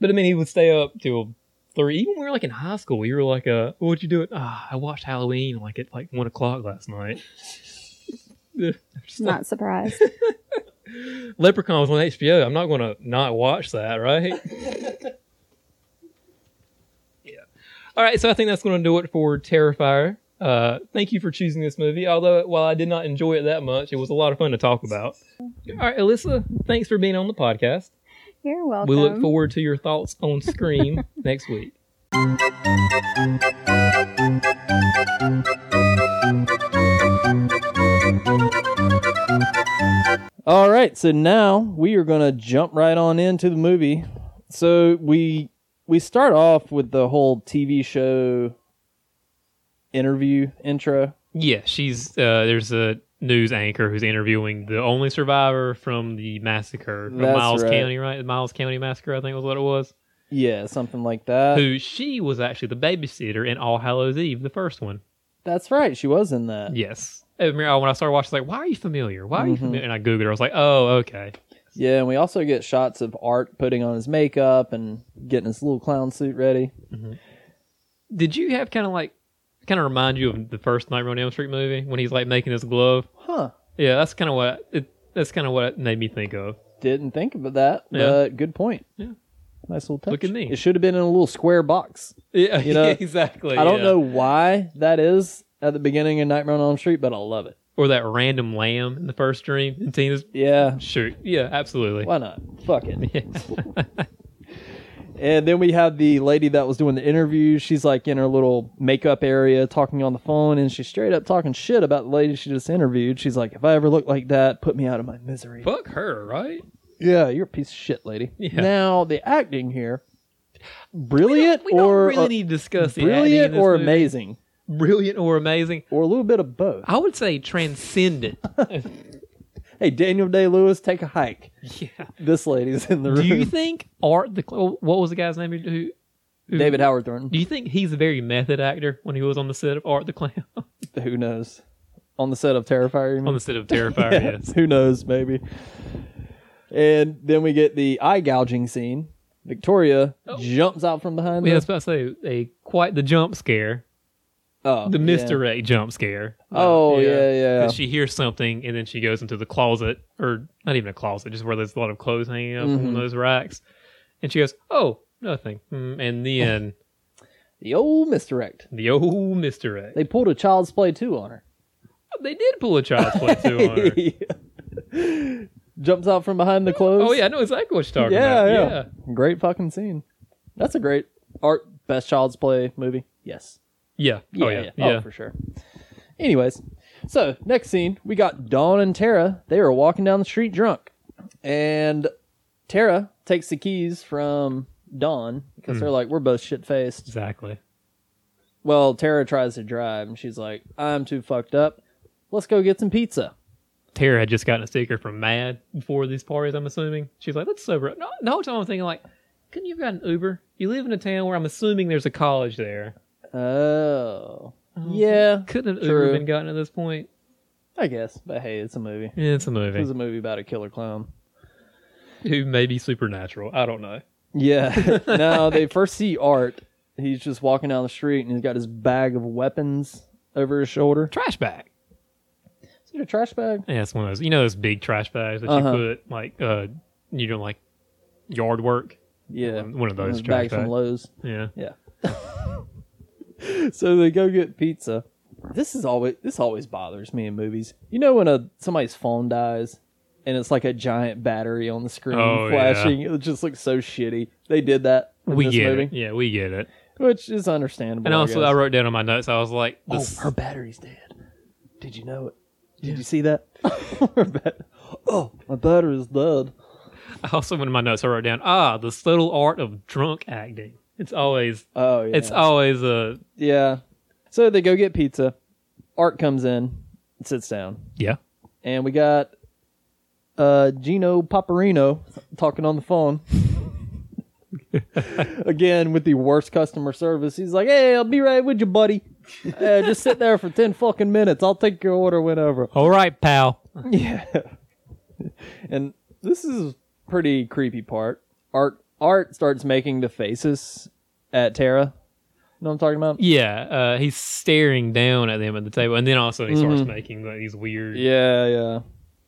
But I mean, he would stay up till three. Even when we were like in high school, we were like, uh, "What'd you do?" At, ah, I watched Halloween like at like one o'clock last night. Just like,
not surprised.
Leprechaun was on HBO. I'm not going to not watch that, right? yeah. All right, so I think that's going to do it for Terrifier. Uh, thank you for choosing this movie. Although, while I did not enjoy it that much, it was a lot of fun to talk about. All right, Alyssa, thanks for being on the podcast.
You're welcome.
We look forward to your thoughts on Scream next week.
All right, so now we are gonna jump right on into the movie. So we we start off with the whole TV show interview intro.
Yeah, she's uh, there's a news anchor who's interviewing the only survivor from the massacre,
from That's Miles right. County,
right? The Miles County massacre, I think was what it was.
Yeah, something like that.
who she was actually the babysitter in All Hallows Eve, the first one.
That's right, she was in that.
Yes. I remember when I started watching, I was like, why are you familiar? Why are you
Mhm.
familiar? And I Googled her. I was like, oh, okay.
Yeah, and we also get shots of Art putting on his makeup and getting his little clown suit ready.
Did you have kind of like, kind of remind you of the first Nightmare on Elm Street movie when he's like making his glove?
Huh.
Yeah, that's kind of what it, that's kind of what it made me think of.
Didn't think about that,
Yeah.
but good point.
Yeah.
Nice little touch.
Look at me.
It should have been in a little square box.
Yeah,
You know,
exactly.
I don't
yeah.
know why that is at the beginning of Nightmare on Elm Street, but I love it.
Or that random lamb in the first dream in Tina's
Yeah.
shoot. Yeah, absolutely.
Why not? Fuck it. And then we have the lady that was doing the interview. She's like in her little makeup area talking on the phone, and she's straight up talking shit about the lady she just interviewed. She's like, If I ever look like that, put me out of my misery.
Fuck her, right?
Yeah, you're a piece of shit, lady.
Yeah.
Now, the acting here brilliant
we don't
or
really
uh,
need to discuss the acting in
brilliant
this
or
movie.
amazing,
Brilliant or amazing.
or a little bit of both.
I would say transcendent.
Hey, Daniel Day Lewis, take a hike.
yeah.
This lady's in the
Do
room.
you think Art the what was the guy's name who, who
David Howard Thornton.
Do you think he's a very method actor when he was on the set of Art the Clown?
Who knows? On the set of Terrifier, you mean?
on the set of Terrifier, yes.
Who knows? Maybe. And then we get the eye gouging scene. Victoria
Oh.
jumps out from behind.
Yeah, I
the,
was about to say a quite the jump scare,
oh,
the
yeah.
misdirect jump scare.
Oh, yeah, yeah.
'Cause She hears something and then she goes into the closet, or not even a closet, just where there's a lot of clothes hanging up
Mm-hmm.
on those racks, and she goes, "Oh, nothing." Mm, And then
The old misdirect.
the old misdirect.
They pulled a child's play too on her.
They did pull a child's play too on her.
Jumps out from behind the clothes.
Oh yeah, I know exactly what you're talking
Yeah,
about.
yeah, Great fucking scene. That's a great art best child's play movie. Yes.
yeah, yeah. Oh yeah, yeah.
Oh, for sure. Anyways, so next scene, we got Dawn and Tara. They are walking down the street drunk. And Tara takes the keys from Dawn because they're like, we're both shit faced.
Exactly.
Well, Tara tries to drive and she's like, I'm too fucked up. Let's go get some pizza.
Tara had just gotten a sticker from Mad before these parties, I'm assuming. She's like, let's sober up. No, no time I'm thinking, like, couldn't you have gotten an Uber? You live in a town where I'm assuming there's a college there.
Oh. Yeah.
Couldn't an
True.
Uber been gotten at this point?
I guess. But hey, it's a movie.
Yeah, it's a movie.
This is a movie about a killer clown.
Who may be supernatural. I don't know.
Yeah. no, they first see Art. He's just walking down the street and he's got his bag of weapons over his shoulder.
Trash bag.
Is it a trash bag?
Yeah, it's one of those, you know, those big trash bags that
Uh-huh.
you put, like, uh, you know, like yard work.
Yeah.
One of those
Those
trash
bags
bags.
from Lowe's.
yeah.
Yeah. so they go get pizza. This is always this always bothers me in movies. You know when a somebody's phone dies and it's like a giant battery on the screen
Oh, yeah.
flashing. It just looks so shitty. They did that in
We
this
get
movie,
it. Yeah, we get it.
which is understandable.
And
I
also,
guess.
I wrote down on my notes, I was like,
Oh,
this,
her battery's dead. Did you know it? Did you see that? Her bat- oh, my battery's dead.
also one of my notes I wrote down, ah, the subtle art of drunk acting. It's always
Oh yeah.
it's always a
yeah. So they go get pizza. Art comes in, and sits down,
yeah.
and we got uh Gino Paparino talking on the phone. Again with the worst customer service. He's like, "Hey, I'll be right with you, buddy. Uh, just sit there for ten fucking minutes. I'll take your order whenever."
All right, pal.
Yeah. and this is pretty creepy part. Art Art starts making the faces at Tara. You know what I'm talking about?
Yeah, uh, he's staring down at them at the table, and then also he starts making like, these weird. Yeah.
Mm-hmm. Yeah, yeah.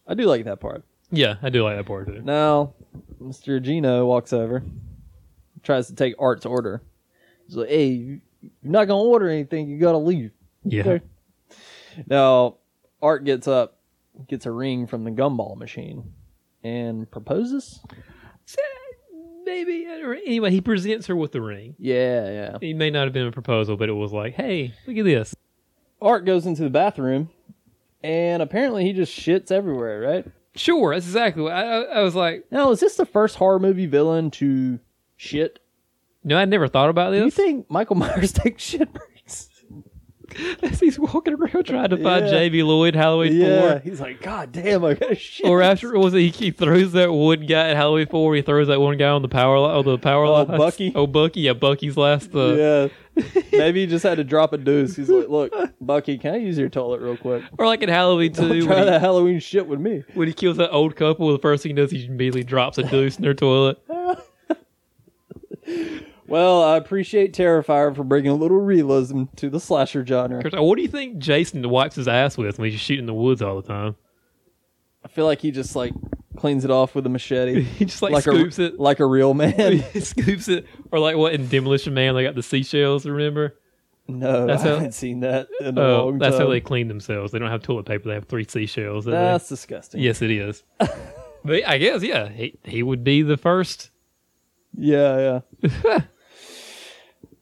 I do like that part.
I do like that part too.
Now, Mr. Gino walks over, tries to take Art's order. He's like, "Hey, you- you're not gonna order anything. You gotta leave."
Yeah,
Okay. Now, Art gets up, gets a ring from the gumball machine, and proposes.
So, maybe I don't know. anyway, he presents her with the ring.
Yeah, yeah.
He may not have been a proposal, but it was like, hey, look at this.
Art goes into the bathroom, and apparently he just shits everywhere, right?
Sure, that's exactly. What I, I, I was like,
Now, is this the first horror movie villain to shit?
no, I never thought about
Do you
this.
think Michael Myers takes shit breaks?
As he's walking around trying to find
Yeah.
J.B. Lloyd Halloween four.
he's like, God damn, I gotta shit.
Or after was it, he, he throws that one guy at Halloween Four. He throws that one guy on the power li- on the power
Oh,
line.
Bucky.
Oh, Bucky. Yeah, Bucky's last. Uh,
yeah, maybe he just had to drop a deuce. He's like, "Look, Bucky, can I use your toilet real quick?
Or like in Halloween Two,
Try
when he,
that Halloween shit with me."
when he kills that old couple, the first thing he does, he immediately drops a deuce in their toilet.
Well, I appreciate Terrifier for bringing a little realism to the slasher genre.
Chris, What do you think Jason wipes his ass with when he's shooting in the woods all the time?
I feel like he just like cleans it off with a machete.
He just like,
a-
scoops it,
like a real man.
he scoops it, or like what in Demolition Man they got the seashells. Remember?
No,
That's
I
how-
haven't seen that in a
Oh,
long
that's
time.
how they clean themselves. They don't have toilet paper. They have three seashells. don't they?
that's disgusting.
Yes, it is. but I guess yeah, he he would be the first
Yeah, yeah.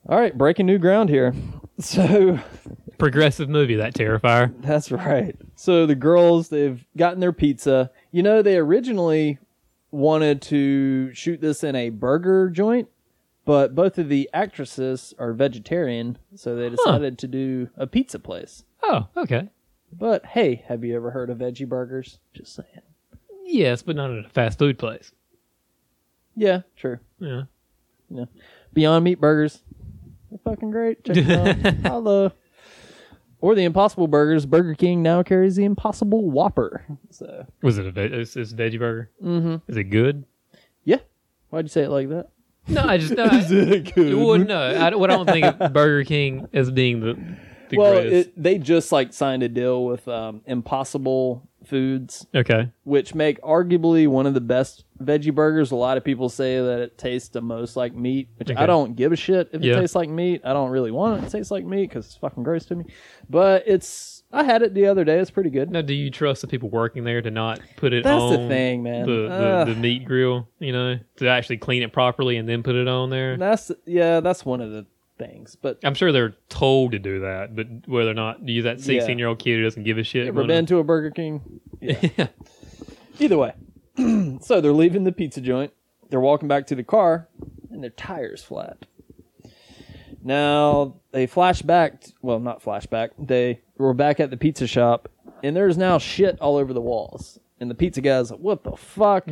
All right, breaking new ground here. So
Progressive movie, that Terrifier.
that's right. So the girls, they've gotten their pizza. You know, they originally wanted to shoot this in a burger joint, but both of the actresses are vegetarian, so they decided to do a pizza place.
Oh, okay.
But hey, have you ever heard of veggie burgers? Just saying.
Yes, but not at a fast food place.
Yeah, true.
Yeah.
Beyond Meat Burgers. They're fucking great. Check them out. Hello. Or the Impossible Burgers. Burger King now carries the Impossible Whopper. So,
Was it a ve- is, is it veggie burger?
mm-hmm.
Is it good?
why'd you say it like that?
No, I just no, I,
it
well, no. I, well, I don't think of Burger King as being the, the
well,
greatest.
it, they just like signed a deal with um, Impossible Foods,
okay.
which make arguably one of the best veggie burgers. A lot of people say that it tastes the most like meat, which
Okay.
I don't give a shit if
Yeah.
it tastes like meat. I don't really want it to taste like meat because it's fucking gross to me. But it's, I had it the other day. It's pretty good.
Now, do you trust the people working there to not put it
That's
on
the thing, man.
the, the,
Ugh.
the meat grill? You know, to actually clean it properly and then put it on there.
That's yeah, that's one of the things. But
I'm sure they're told to do that, but whether or not you that 16 year old kid who doesn't give a shit.
ever
wanna-
been to a Burger King?
Yeah.
Either way. so they're leaving the pizza joint. They're walking back to the car and their tires flat. Now they flash back well not flashback, they were back at the pizza shop and there's now shit all over the walls. And the pizza guy's like, What the fuck?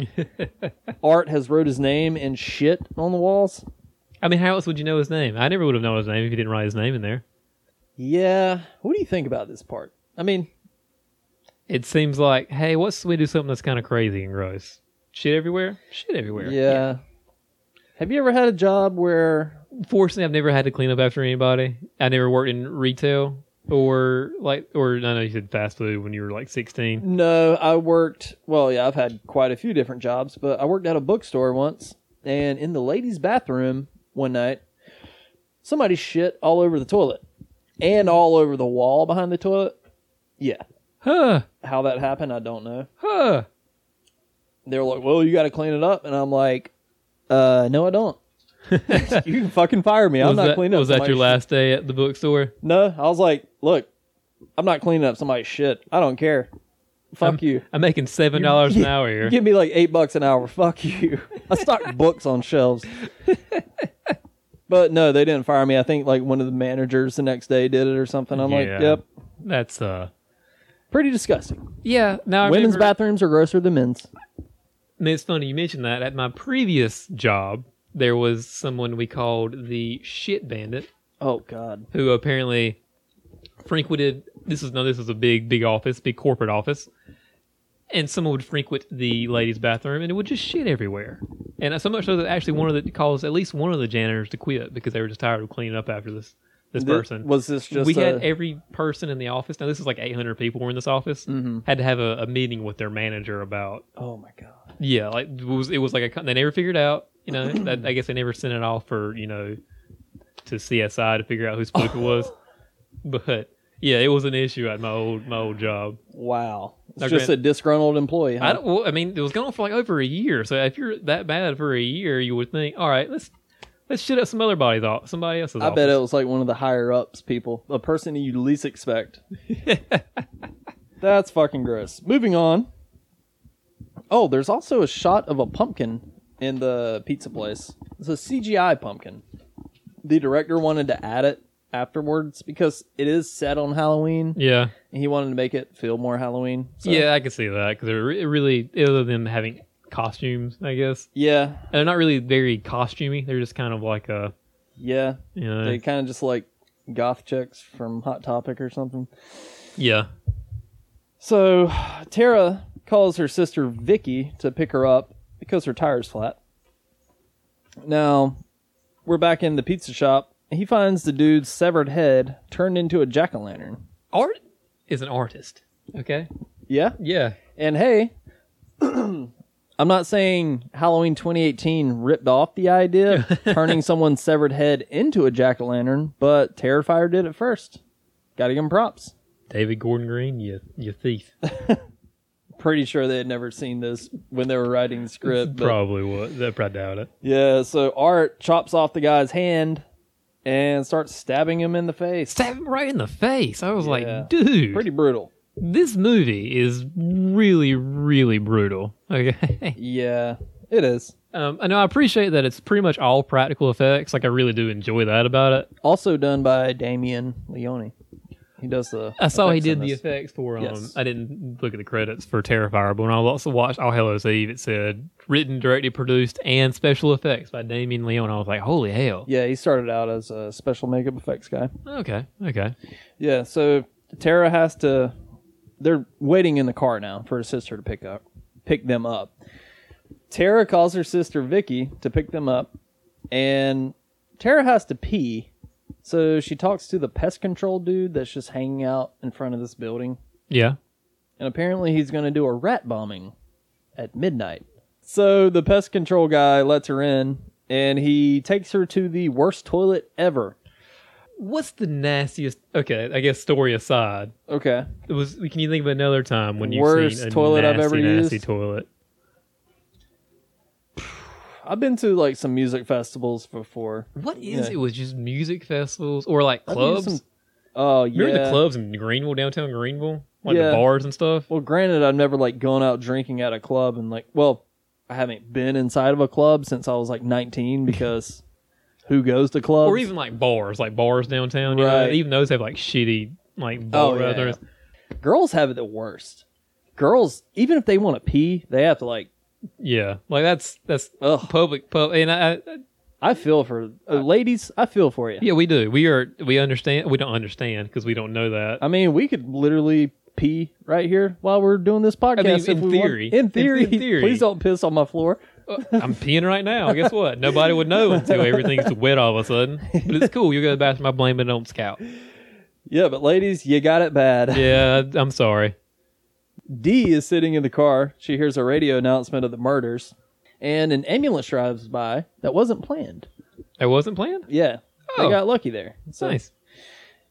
Art has wrote his name in shit on the walls.
I mean, how else would you know his name? I never would have known his name if you didn't write his name in there.
Yeah. What do you think about this part? I mean,
It seems like, hey, what's we do something that's kind of crazy and gross? Shit everywhere? Shit everywhere.
Yeah. Have you ever had a job where
Fortunately, I've never had to clean up after anybody. I never worked in retail or like, or I know you said fast food when you were like 16.
no, I worked well, yeah, I've had quite a few different jobs, but I worked at a bookstore once and in the ladies' bathroom one night, somebody shit all over the toilet and all over the wall behind the toilet. Yeah.
Huh,
How that happened, I don't know.
huh.
They were like, Well, you gotta clean it up and I'm like, uh no I don't. you can fucking fire me. I'm
was
not
that,
cleaning up.
was that your
somebody's shit."
last day at the bookstore?
No, I was like, look, I'm not cleaning up somebody's shit. I don't care.
Um,
Fuck you.
I'm making $7 dollars an hour here.
Give me like eight bucks an hour. Fuck you. I stock books on shelves. but no, they didn't fire me. I think like one of the managers the next day did it or something. I'm like,
Yeah.
yep.
That's, uh,
Pretty disgusting.
yeah. Now I
Women's
remember-
bathrooms are grosser than men's.
I mean, it's funny you mentioned that. At my previous job, there was someone we called the shit bandit
Oh God.
who apparently frequented. This is no, this is a big, big office, big corporate office, and someone would frequent the ladies' bathroom, and it would just shit everywhere. And so much so that actually one of the caused at least one of the janitors to quit because they were just tired of cleaning up after this this
Thi-
person.
Was this just
we
a-
had every person in the office. Now this is like 800 people were in this office.
Mm-hmm.
Had to have a, a meeting with their manager about
Oh my God.
yeah, like it was it was like a con- they never figured out. You know, that, I guess they never sent it off for you know to CSI to figure out who spook it was. But yeah, it was an issue at my old my old job.
Wow. It's
Now,
just
granted-
a disgruntled employee. huh?
I don't. Well, I mean, it was going on for like over a year. So if you're that bad for a year, you would think, all right, let's let's shit up some other body's off, somebody else's.
I bet it was like one of the higher ups people, a person you least expect. That's fucking gross. Moving on. Oh, there's also a shot of a pumpkin in the pizza place. It's a CGI pumpkin. The director wanted to add it afterwards because it is set on Halloween.
Yeah,
And he wanted to make it feel more Halloween. So,
yeah, I can see that because it re- it really, other than having costumes, I guess,
Yeah.
and they're not really very costumey. They're just kind of like a,
Yeah.
you know,
They kind of just like goth chicks from Hot Topic or something.
yeah,
So Tara calls her sister Vicky to pick her up because her tire's flat. Now we're back in the pizza shop. He finds the dude's severed head turned into a jack o' lantern.
art is an artist. Okay.
Yeah.
Yeah.
And hey, I'm not saying Halloween 2018 ripped off the idea of turning someone's severed head into a jack o' lantern, but Terrifier did it first. Gotta give him props.
David Gordon Green, you you thief.
pretty sure they had never seen this when they were writing the script. but-
Probably what. That I doubt it.
yeah, so Art chops off the guy's hand and starts stabbing him in the face.
Stab him right in the face. I was
Yeah.
like, dude,
Pretty brutal.
this movie is really, really brutal. Okay.
Yeah, it is.
Um, I know I appreciate that it's pretty much all practical effects. Like I really do enjoy that about it.
Also done by Damien Leone. He does the.
I saw he
effects
did
on
the
this.
effects for um.
Yes.
I didn't look at the credits for Terrifier, but when I also watched All Hallows Eve, it said written, directed, produced, and special effects by Damien Leone. I was like, holy hell.
Yeah, he started out as a special makeup effects guy.
Okay, okay.
Yeah, so Tara has to. They're waiting in the car now for her sister to pick up, pick them up. Tara calls her sister Vicky to pick them up, and Tara has to pee, so she talks to the pest control dude that's just hanging out in front of this building,
Yeah.
and apparently he's going to do a rat bombing at midnight. So the pest control guy lets her in, and he takes her to the worst toilet ever.
What's the nastiest? Okay, I guess story aside,
Okay,
it was. Can you think of another time when you
Worst
seen a
toilet I've
nasty,
ever
nasty
used?
toilet?
I've been to like some music festivals before.
What is
Yeah.
it? Was just music festivals or like
I've used
clubs?
some- Oh yeah.
Remember the clubs in Greenville, downtown Greenville, like
Yeah.
the bars and stuff.
Well, granted, I've never like gone out drinking at a club and like, well, I haven't been inside of a club since I was like 19 because who goes to clubs?
or even like bars, like bars downtown. You know,
Right. Oh,
even those have like shitty like bar
yeah.
others.
girls have it the worst. Girls, even if they want to pee, they have to like.
Yeah, like that's that's
Ugh.
public pub. And I, I,
I feel for uh, ladies. I feel for you.
yeah, we do. We are we understand. We don't understand because we don't know that.
I mean, we could literally pee right here while we're doing this podcast. if
in
we want-
theory.
in theory,
In theory.
please don't piss on my floor.
I'm peeing right now. Guess what? Nobody would know until everything's wet all of a sudden. But it's cool. You go to the bathroom. I blame it on Scout.
Yeah, but ladies, you got it bad.
Yeah, I- I'm sorry.
Dee is sitting in the car. She hears a radio announcement of the murders, and an ambulance drives by that wasn't planned.
It wasn't planned.
Yeah, they
Oh.
got lucky there.
It's nice.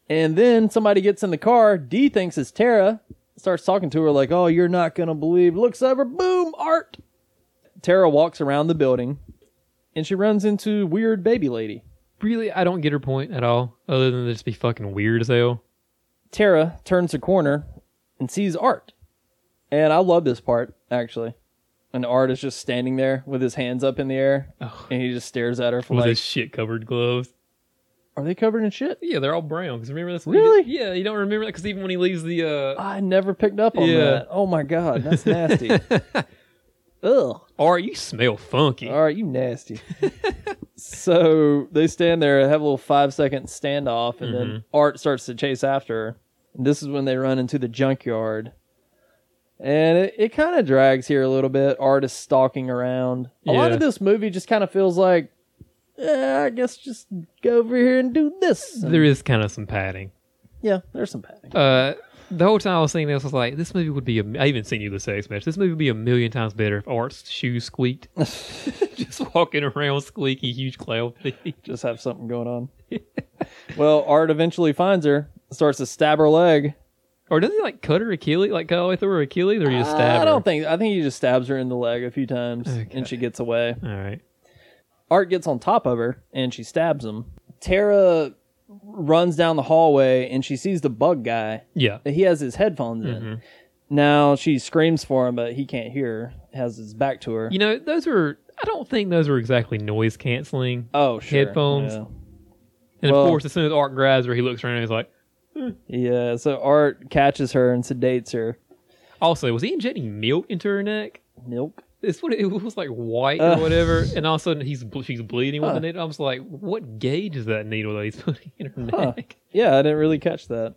And then somebody gets in the car. Dee thinks it's Tara. Starts talking to her like, "Oh, you're not gonna believe." Looks over. Boom. Art. Tara walks around the building, and she runs into weird baby lady.
Really, I don't get her point at all. Other than to just be fucking weird as hell.
Tara turns the corner and sees Art. And I love this part, actually. And Art is just standing there with his hands up in the air and he just stares at her for
With
like,
his shit covered gloves.
Are they covered in shit?
Yeah, they're all brown. Because remember that's
Really?
yeah, you don't remember that because even when he leaves the uh,
I never picked up on
Yeah.
that. Oh my God, that's nasty. Ugh.
or you smell funky.
All right, you nasty. so they stand there, have a little five second standoff, and then
Mm-hmm.
Art starts to chase after her. And this is when they run into the junkyard. And it, it kind of drags here a little bit. Art is stalking around. A lot
Yeah.
of this movie just kind of feels like, eh, I guess just go over here and do this.
There is kind of some padding.
yeah, there's some padding.
Uh, the whole time I was seeing this, I was like, this movie would be. A, I even seen you the sex match. This movie would be a million times better if Art's shoes squeaked. Just walking around squeaky, huge cloud feet.
Just have something going on. well, Art eventually finds her, starts to stab her leg.
Or does he like cut her Achilles, like cut all the way through her Achilles, or he just stab
Uh, I
her?
don't think. I think he just stabs her in the leg a few times,
Okay.
and she gets away.
All right.
Art gets on top of her, and she stabs him. Tara runs down the hallway, and she sees the bug guy.
Yeah.
He has his headphones
Mm-hmm.
in. Now she screams for him, but he can't hear. her, Has his back to her.
You know, those were. I don't think those were exactly noise canceling.
oh, sure.
headphones.
Yeah.
and
well-
of course, as soon as Art grabs her, he looks around and he's like,
yeah. So Art catches her and sedates her.
also, was he injecting milk into her neck?
Milk.
it's what it was like white
Ugh.
or whatever, and all of a sudden he's ble- she's bleeding with
Huh.
the needle. I was like, what gauge is that needle that he's putting in her
Huh.
neck?
Yeah, I didn't really catch that.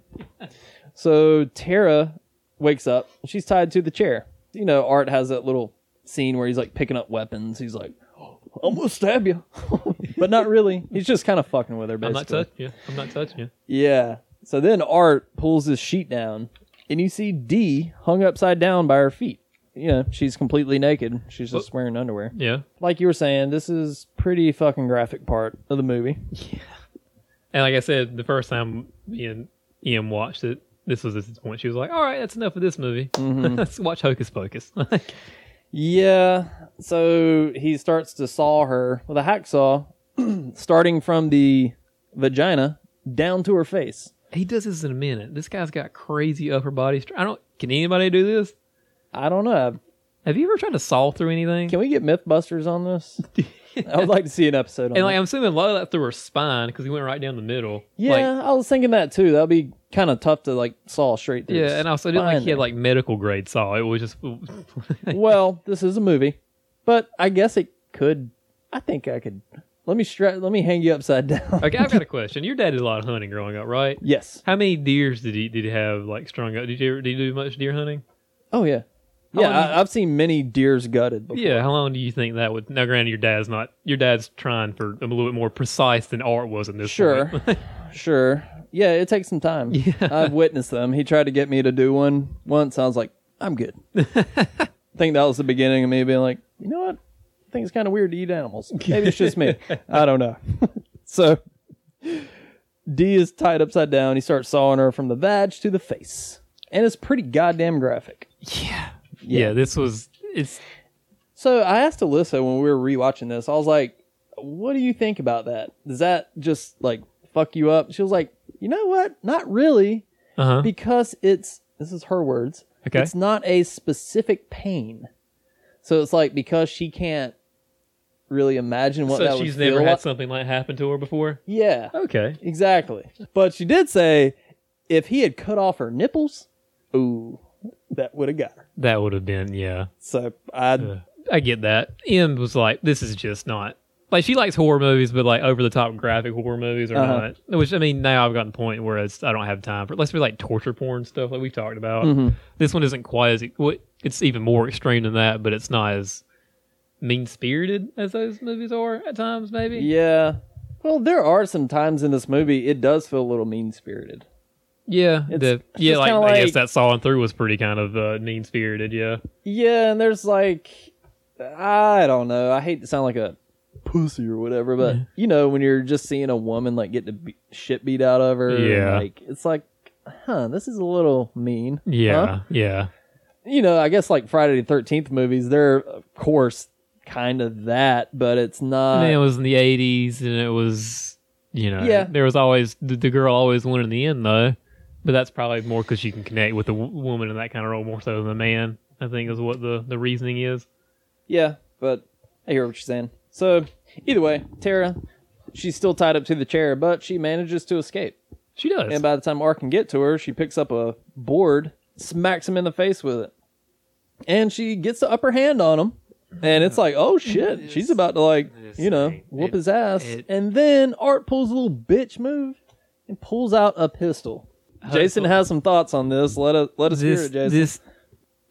So Tara wakes up. and She's tied to the chair. You know, Art has that little scene where he's like picking up weapons. He's like, "Oh, "I'm gonna stab you," but not really. He's just kind of fucking with her,
I'm
basically.
not touching you. I'm not touching you.
Yeah. So then Art pulls his sheet down, and you see Dee hung upside down by her feet. You know, she's completely naked. She's just wearing underwear.
Yeah.
Like you were saying, this is pretty fucking graphic part of the movie.
And like I said, the first time me and Ian watched it, this was this point. She was like, "All right, that's enough of this movie.
Mhm.
Let's watch Hocus Pocus."
Yeah. So he starts to saw her with a hacksaw, starting from the vagina down to her face.
he does this in a minute. This guy's got crazy upper body. Str- I don't. Can anybody do this?
I don't know.
Have you ever tried to saw through anything?
Can we get MythBusters on this? I would like to see an episode on.
and like
that.
I'm assuming a lot of that through her spine because he went right down the middle.
yeah,
Like,
I was thinking that too. That'd be kind of tough to like saw straight through.
yeah, and also it didn't like
spine
he had
there.
like medical grade saw. It was just
well, this is a movie, but I guess it could. I think I could. Let me stra- Let me hang you upside down.
okay. I've got a question. Your dad did a lot of hunting growing up, right?
yes.
How many deers did he did he have like strung up? Did you ever did you do much deer hunting?
Oh yeah. Yeah, I, I've seen many deers gutted. Before.
Yeah. How long do you think that would? Now, granted, your dad's not your dad's trying for a little bit more precise than art was in this.
Sure.
point.
sure. Yeah, it takes some time. I've witnessed them. He tried to get me to do one once. I was like, I'm good. I think that was the beginning of me being like, you know what? I think it's kind of weird to eat animals. Maybe it's just me. I don't know. so D is tied upside down. He starts sawing her from the vag to the face. And it's pretty goddamn graphic.
yeah. This was it's
So I asked Alyssa when we were rewatching this, I was like, what do you think about that? Does that just like fuck you up? She was like, you know what? Not really.
uh huh.
because it's this is her words.
Okay.
It's not a specific pain. So it's like because she can't really imagine what
So
that
she's
would feel
never had
like-
something like happen to her before.
Yeah,
Okay.
exactly. But she did say if he had cut off her nipples, ooh, that would have got her.
That would have been yeah.
So I
I get that. Em was like, this is just not like she likes horror movies, but like over the top graphic horror movies or
Uh-huh.
not. Which I mean, now I've gotten to the point where it's, I don't have time for. Let's be like torture porn stuff like we talked about.
Mm-hmm.
This one isn't quite as e, well, it's even more extreme than that, but it's not as mean spirited as those movies are at times. Maybe.
yeah. Well, there are some times in this movie it does feel a little mean spirited.
Yeah. the-
it's
yeah.
just
Like,
kinda
I guess
like-
that saw and through was pretty kind of uh, mean spirited. Yeah.
Yeah, and there's like I don't know. I hate to sound like a pussy or whatever, but you know when you're just seeing a woman like get the be- shit beat out of her, and,
Yeah.
like it's like, huh, this is a little mean.
Yeah.
huh?
Yeah.
You know, I guess like Friday the Thirteenth movies, they're of course kind of that, but it's not.
And then it was in the eighties, and it was you know,
Uh, Yeah.
there was always the, the girl always won in the end though, but that's probably more because you can connect with the w- woman in that kind of role more so than the man. I think is what the the reasoning is.
Yeah, but I hear what you're saying. So either way, Tara, she's still tied up to the chair, but she manages to escape.
She does.
And by the time Ark can get to her, she picks up a board, smacks him in the face with it. And she gets the upper hand on him. And it's like, oh shit, she's about to like, you know, whoop his ass.
it-
and then Art pulls a little bitch move and pulls out a pistol. Jason has some thoughts on this. Let us let us hear
this
it, Jason.
this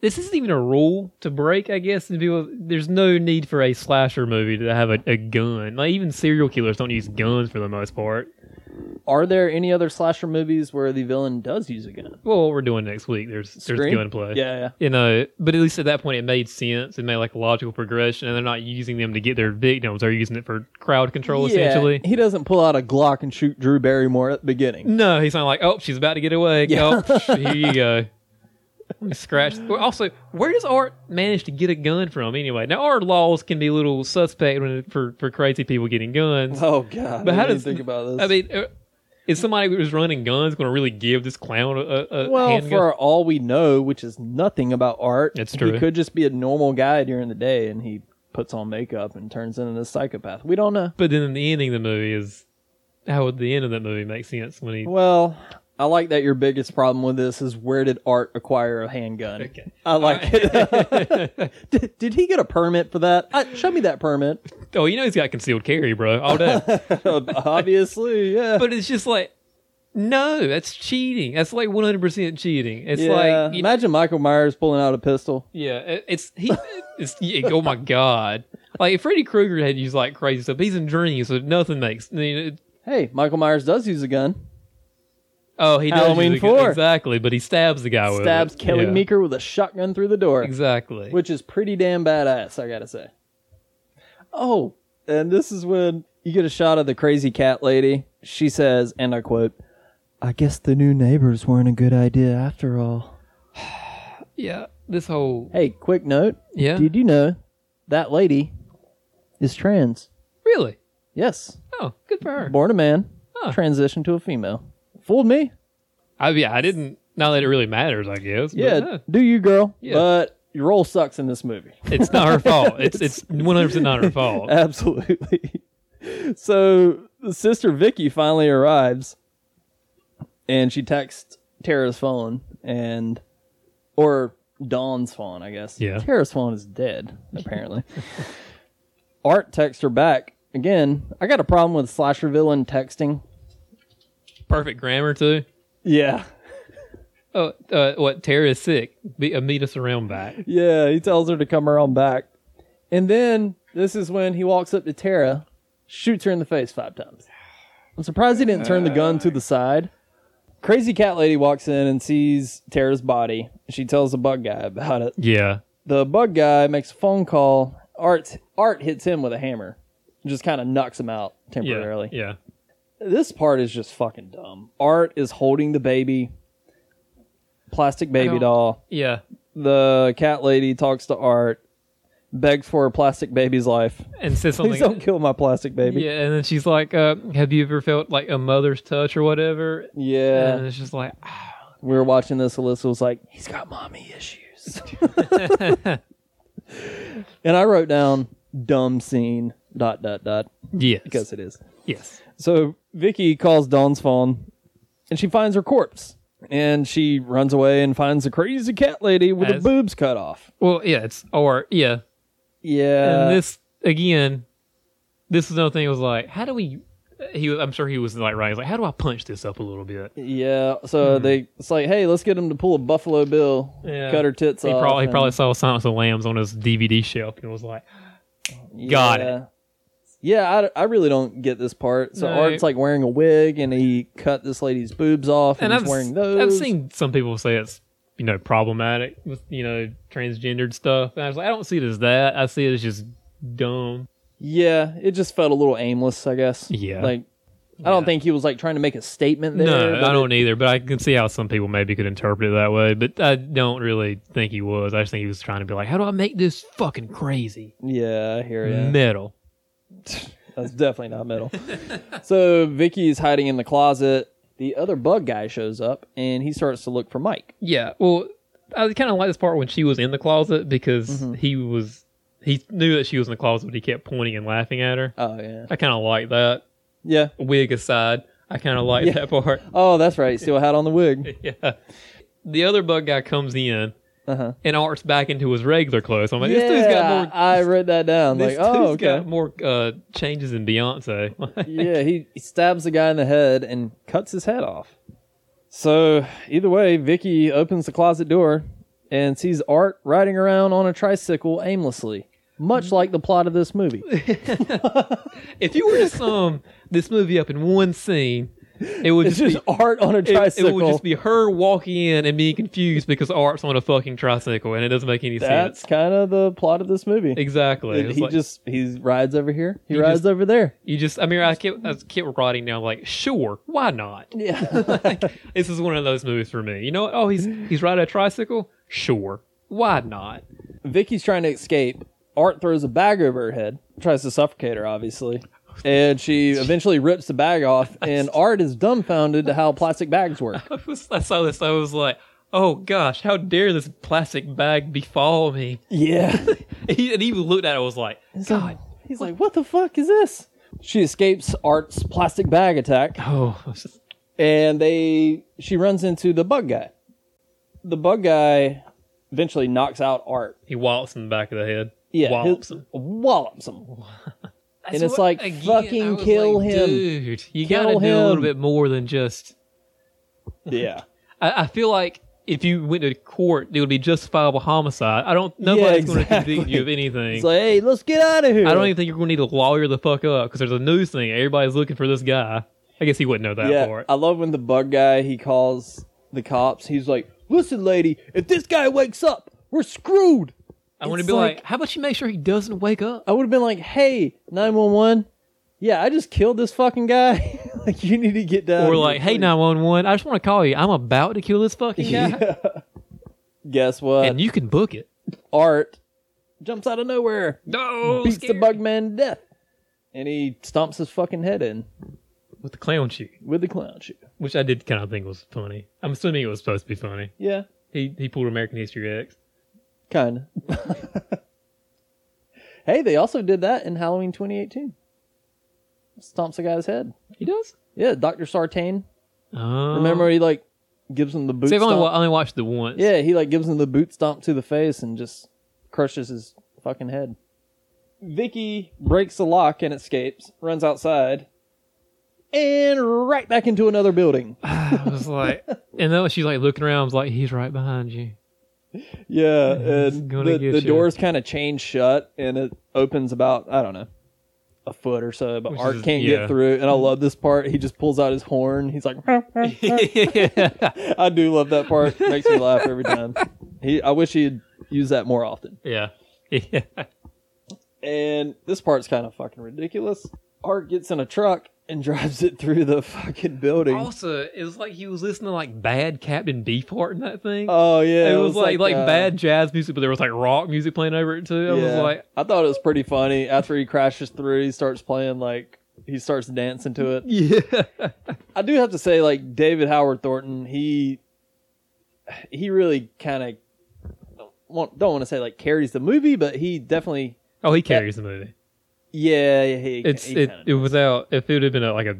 this isn't even a rule to break. I guess to be able- there's no need for a slasher movie to have a, a gun. Like even serial killers don't use guns for the most part.
Are there any other slasher movies where the villain does use a gun?
Well, what we're doing next week, there's there's
Scream?
gunplay.
Yeah, yeah.
you know but at least at that point it made sense it made like a logical progression and they're not using them to get their victims they're using it for crowd control essentially
He doesn't pull out a Glock and shoot Drew Barrymore at the beginning.
no he's not like oh she's about to get away
Yeah.
oh here you go Let me scratch well, also where does art manage to get a gun from anyway now our laws can be a little suspect when it, for, for crazy people getting guns
Oh god.
but
I
how
didn't
does
think about this?
i mean uh, is somebody who's running guns going to really give this clown a, a a
Well,
handgun?
for all we know, which is nothing about art,
It's true.
He could just be a normal guy during the day, and he puts on makeup and turns into a psychopath. We don't know.
but then in the ending of the movie is how would the end of that movie make sense when he
Well, I like that your biggest problem with this is where did art acquire a handgun?
Okay.
I like it. did, did he get a permit for that? I, show me that permit.
Oh, you know he's got concealed carry, bro, all day.
Obviously, yeah.
but it's just like, no, that's cheating. That's like one hundred percent cheating. It's
yeah.
like, you-
imagine Michael Myers pulling out a pistol.
yeah, it- it's he. It's yeah, oh my god! Like if Freddy Krueger had used like crazy stuff, he's in dreams, so nothing makes. I mean, it-
Hey, Michael Myers does use a gun.
oh, he does
Halloween
use a gun-
4.
exactly, but he stabs the guy with Oh, it.
Stabs Kelly
Yeah.
Meeker with a shotgun through the door.
Exactly.
which is pretty damn badass, I gotta say. Oh, and this is when you get a shot of the crazy cat lady. She says, and I quote, I guess the new neighbors weren't a good idea after all.
Yeah, this whole
Hey, quick note.
yeah,
Did you know that lady is trans?
really?
Yes.
Oh, good for her.
Born a man,
Huh.
transitioned to a female. Fooled me?
I yeah, I didn't. Not that it really matters, I guess. but
Yeah,
no.
do you, girl.
Yeah.
But your role sucks in this movie.
it's not her fault. It's it's one hundred percent not her fault.
Absolutely. So the sister Vicky finally arrives, and she texts Tara's phone and, or Dawn's phone, I guess.
Yeah.
Tara's phone is dead apparently. Art texts her back again. I got a problem with slasher villain texting.
Perfect grammar too.
Yeah,
Oh, uh, what? Tara is sick. Be, uh, meet us around back.
yeah. He tells her to come around back, and then this is when he walks up to Tara, shoots her in the face five times. I'm surprised he didn't turn the gun to the side. Crazy cat lady walks in and sees Tara's body. She tells the bug guy about it.
Yeah,
The bug guy makes a phone call. Art Art hits him with a hammer, and just kind of knocks him out
yeah,
temporarily.
yeah.
This part is just fucking dumb. Art is holding the baby, plastic baby
don't-
doll.
Yeah.
The cat lady talks to Art, begs for a plastic baby's life.
And says
Please
something.
don't kill my plastic
Oh
baby.
Yeah, and then she's like, uh, "Have you ever felt like a mother's touch or whatever?"
Yeah.
And it's just like, ah,
we were watching this. Alyssa was like, "He's got mommy issues," and I wrote down "dumb scene." Dot dot dot
yes,
because it is.
yes,
So Vicky calls Dawn's phone, and she finds her corpse, and she runs away and finds the crazy cat lady with her
As-
boobs cut off.
well, yeah, it's or yeah,
Yeah,
and this again, this is another thing. It was like, how do we? He, was- I'm sure he was like, right, he's like, how do I punch this up a little bit?
yeah. So they, it's like, hey, let's get him to pull a Buffalo Bill,
Hmm. Yeah.
cut her tits
He
off.
probably, he
and-
probably saw Silence of the Lambs on his DVD shelf and was like, Got it.
Yeah. Yeah, I, I really don't get this part. So
No.
Art's like wearing a wig, and he cut this lady's boobs off, and,
and I've,
he's wearing
s-
those.
I've seen some people say it's you know problematic with you know transgendered stuff, and I was like, I don't see it as that. I see it as just dumb.
Yeah, it just felt a little aimless, I guess.
Yeah.
like I don't
Yeah.
think he was like trying to make a statement there.
no,
but
I don't either, but I can see how some people maybe could interpret it that way. But I don't really think he was. I just think he was trying to be like, how do I make this fucking crazy
it- yeah, I hear you.
metal?
That's definitely not metal. so Vicky's hiding in the closet. The other bug guy shows up, and he starts to look for Mike.
Yeah. Well, I kind of like this part when she was in the closet because he was he knew that she was in the closet, but he kept pointing and laughing at her.
Oh yeah,
I kind of like that.
yeah.
Wig aside, I kind of like
Yeah.
that part.
Oh, that's right. Still had on the wig.
yeah. The other bug guy comes in
Uh huh.
and arts back into his regular clothes. I'm like,
yeah,
this dude's got more.
I read that down.
This
Like, oh,
dude's
okay.
got more uh, changes than Beyonce.
yeah, he he stabs the guy in the head and cuts his head off. So either way, Vicky opens the closet door and sees Art riding around on a tricycle aimlessly, much like the plot of this movie.
if you were to sum this movie up in one scene, it would
It's
just,
just
be,
Art on a
it, it
tricycle.
would just be her walking in and being confused because art's on a fucking tricycle and it doesn't make any
That's
sense.
kind of the plot of this movie.
Exactly.
He
It's like-
just he rides over here. He
You
rides
just-
over there.
you just. I mean, I kept, I kept writing down like, sure, why not?
Yeah.
like, this is one of those movies for me. You know, what? oh, he's he's riding a tricycle. Sure, why not?
Vicky's trying to escape. Art throws a bag over her head, tries to suffocate her, obviously. And she eventually rips the bag off, and Art is dumbfounded to how plastic bags work.
I, was, I saw this. I was like, oh gosh, how dare this plastic bag befall me?
Yeah.
He, and he looked at it. and was like, God.
He's like, what the fuck is this? She escapes Art's plastic bag attack,
Oh, I was just-
and they she runs into the bug guy. The bug guy eventually knocks out Art.
he wallops in the back of the head.
Yeah.
wallops
his-
him.
Wallops him.
That's
and it's
what-
like,
again,
fucking
I was
kill
like,
him.
dude. You
Kill
gotta do a
him.
little bit more than just.
Yeah.
I, I feel like if you went to court, it would be justifiable homicide. I don't. Nobody's going to convict
exactly.
you of anything.
It's like, hey, let's get out of here.
I don't even think you're going to need to lawyer the fuck up because there's a news thing. Everybody's looking for this guy. I guess he wouldn't know that
yeah, Uh,
part.
I love when the bug guy he calls the cops. He's like, "Listen, lady, if this guy wakes up, we're screwed."
I want to
it's
be like,
like-
how about you make sure he doesn't wake up?
I would have been like, "Hey, nine one one, yeah, I just killed this fucking guy. like you need to get down.
or
here,
like, hey,
please."
nine one one, I just want to call you. I'm about to kill this fucking guy,
Yeah. Guess what?
and you can book it.
Art jumps out of nowhere,
No,
beats the bug man to death, and he stomps his fucking head in
with the clown shoe,
with the clown shoe.
which I did kind of think was funny. I'm assuming it was supposed to be funny.
Yeah,
He he pulled American History X.
kind of. hey, they also did that in Halloween 2018. Stomps a guy's head.
He does.
Yeah, Doctor Sartain.
Oh.
Remember, he like gives him the boot.
So I've only,
stomp?
wa- I only watched the once.
Yeah, he like gives him the boot stomp to the face and just crushes his fucking head. Vicky breaks the lock and escapes, runs outside, and right back into another building.
I was like, and then she's like looking around. I was like, he's right behind you.
Yeah,
It's
and
gonna
the,
get
the
you.
doors kind of change shut and it opens about, I don't know, a foot or so, but
Which
Art
is-
can't
yeah.
get through. And I love this part. He just pulls out his horn. He's like, I do love that part. Makes me laugh every time. He, I wish he'd use that more often.
yeah, yeah.
And this part's kind of fucking ridiculous. Art gets in a truck and drives it through the fucking building.
Also, it was like he was listening to like bad Captain Beefheart and that thing.
oh yeah,
it, was like like,
uh,
bad jazz music, but there was like rock music playing over it too. I was
yeah.
like,
I thought it was pretty funny. After he crashes through, he starts playing like he starts dancing to it.
yeah,
I do have to say, like David Howard Thornton, he he really kind of don't, don't want to say like carries the movie, but he definitely
Oh, he carries the movie.
yeah, yeah he,
It's
he
it,
kinda-
it was out. If it had been a, like a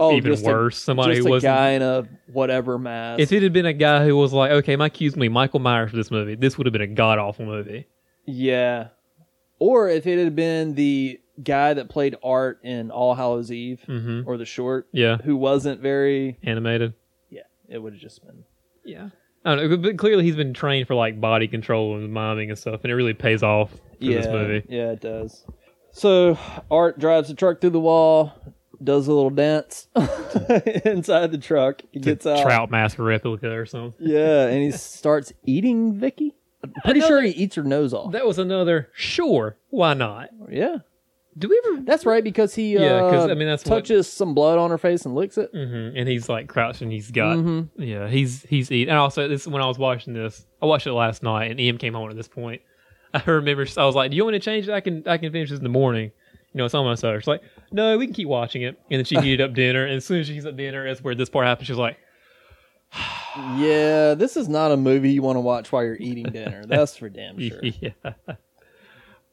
Oh,
even
just a-
worse, somebody
just
who
a
wasn't.
guy in a whatever mask.
If it had been a guy who was like, okay, my cue's me Michael Myers for this movie, this would have been a god awful movie.
Yeah. Or if it had been the guy that played Art in All Hallows Eve
hmm
or the short
Yeah,
who wasn't very
animated.
yeah, it would have just been
Yeah. I don't know, but clearly he's been trained for like body control and miming and stuff, and it really pays off for
yeah,
this movie.
Yeah, it does. So Art drives the truck through the wall, does a little dance inside the truck, he gets out.
Trout mask replica or something.
Yeah, and he starts eating Vicky. I'm pretty sure he eats her nose off.
That was another sure. Why not?
yeah.
Do we ever?
That's right because he
Yeah, 'cause,
uh,
I mean, that's what-
touches some blood on her face and licks it.
hmm And he's like crouching. He's got.
Mhm.
Yeah, he's he's eating. And also, this when I was watching this, I watched it last night, and Em came home at this point. I remember I was like, "Do you want me to change it? I can I can finish this in the morning." You know, it's almost over. She's like, "No, we can keep watching it." And then she heated up dinner, and as soon as she heats up dinner, that's where this part happens. She was like,
Yeah, this is not a movie you want to watch while you're eating dinner. That's for damn sure.
"Yeah,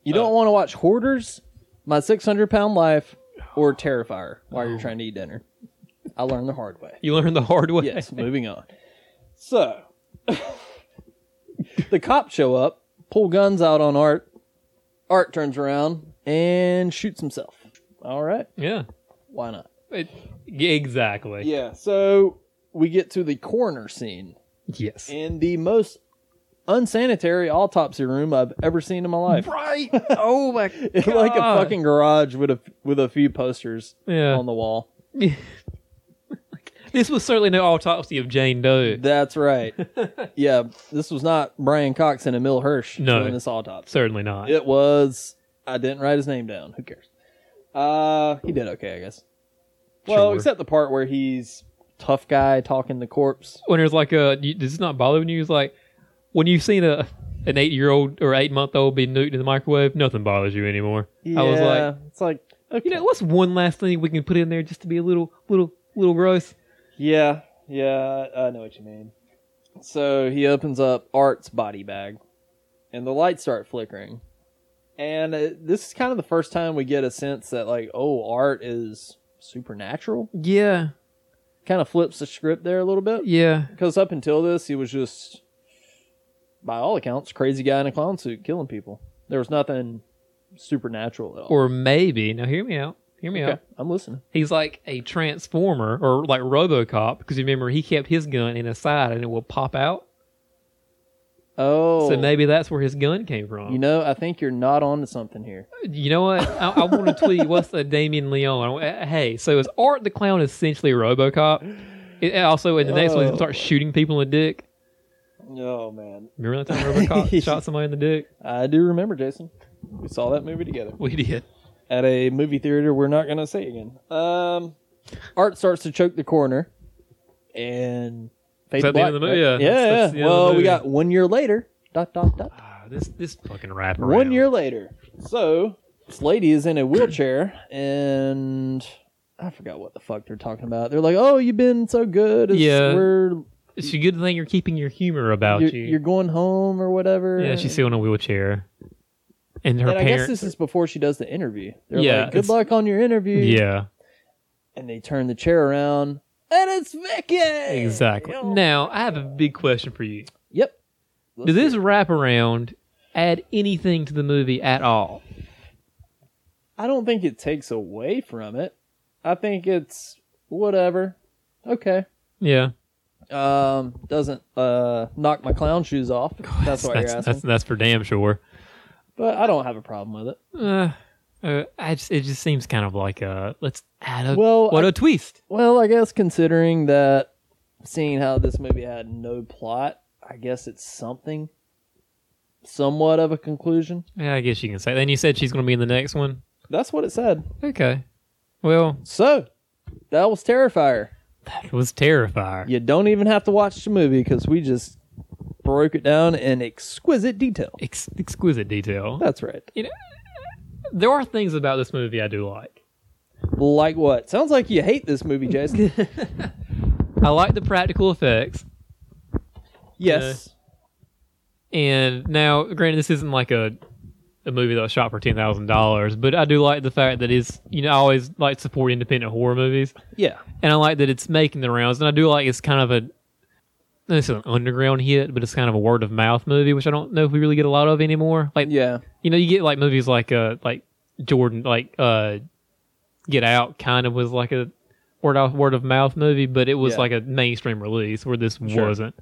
You don't want to watch Hoarders, My 600 Pound Life, or Terrifier while
Oh.
you're trying to eat dinner. I learned the hard way.
you learn the hard way."
Yes, moving on. So, the cops show up, pull guns out on Art. Art turns around and shoots himself. All right,
Yeah.
why not?
It, exactly.
Yeah, so we get to the coroner scene.
Yes.
in the most unsanitary autopsy room I've ever seen in my life.
Right. Oh my
It's like a fucking garage with a with a few posters
Yeah.
on the wall.
This was certainly no autopsy of Jane Doe.
That's right. yeah, this was not Brian Cox and Emil Hirsch
No.
doing this autopsy.
certainly not.
It was. I didn't write his name down. Who cares? Uh, he did okay, I guess. Well,
Sure.
except the part where he's tough guy talking the corpse.
When there's like a, you, does this not bother when you? It's like when you've seen a an eight year old or eight month old be nuked in the microwave, nothing bothers you anymore. I was like,
it's like okay.
you know, what's one last thing we can put in there just to be a little, little, little gross?
Yeah, yeah, I I know what you mean. So he opens up Art's body bag, and the lights start flickering. And uh, this is kind of the first time we get a sense that, like, oh, Art is supernatural.
Yeah,
Kind of flips the script there a little bit.
yeah,
Because up until this, he was just, by all accounts, crazy guy in a clown suit killing people. There was nothing supernatural at all.
or maybe. Now hear me out. Hear me out.
Okay, I'm listening.
He's like a transformer or like RoboCop because you remember he kept his gun in his side and it will pop out.
Oh,
So maybe that's where his gun came from.
you know, I think you're not onto something here.
You know what? I, I want to tweet what's the Damien Leon. I want- uh, Hey, so is Art the Clown essentially RoboCop? It, and also, in the next one,
Oh.
he starts shooting people in the dick.
Oh man,
Remember that time RoboCop shot somebody in the dick?
I do remember, Jason. We saw that movie together
We did.
at a movie theater we're not going to say again. Um, Art starts to choke the corner, and Fade
that the end of the movie? Yeah,
yeah.
that's- that's the end of the
well, we
movie.
got one year later. Dot dot dot.
Ah, this this fucking wrap around.
One year later, so this lady is in a wheelchair, and I forgot what the fuck they're talking about. They're like, "Oh, you've been so good. It's,
Yeah.
we're
It's a good thing you're keeping your humor about
you're,
you.
you're going home or whatever."
yeah, she's still in a wheelchair, and her
and I guess
parents.
this is before she does the interview. They're
Yeah,
like, "Good
it's-
luck on your interview."
yeah,
and they turn the chair around, and it's Vicky.
exactly. Now I have a big question for you.
Yep.
Did this wraparound add anything to the movie at all?
I don't think it takes away from it. I think it's whatever. Okay.
Yeah,
Um, doesn't uh knock my clown shoes off. That's what you're
that's,
asking.
that's that's for damn sure.
But I don't have a problem with it.
Uh, uh, I just, it just seems kind of like a let's add a
Well,
what
I-
a twist.
Well, I guess considering that, seeing how this movie had no plot, I guess it's something, somewhat of a conclusion.
Yeah, I guess you can say. Then you said she's going to be in the next one.
That's what it said.
Okay, well
So, that was Terrifier.
that was terrifying.
You don't even have to watch the movie because we just broke it down in exquisite detail.
Ex- exquisite detail.
That's right.
There are things about this movie I do like.
Like what? Sounds like you hate this movie, Jason.
I like the practical effects.
yes.
And now, granted, this isn't like a a movie that was shot for ten thousand dollars, but I do like the fact that it's you know I always like to support independent horror movies,
Yeah.
and I like that it's making the rounds, and I do like it's kind of a it's an underground hit, but it's kind of a word of mouth movie, which I don't know if we really get a lot of anymore. Like
Yeah.
you know, you get like movies like uh like Jordan like uh Get Out kind of was like a word of word of mouth movie, but it was
Yeah.
like a mainstream release where this
Sure.
wasn't.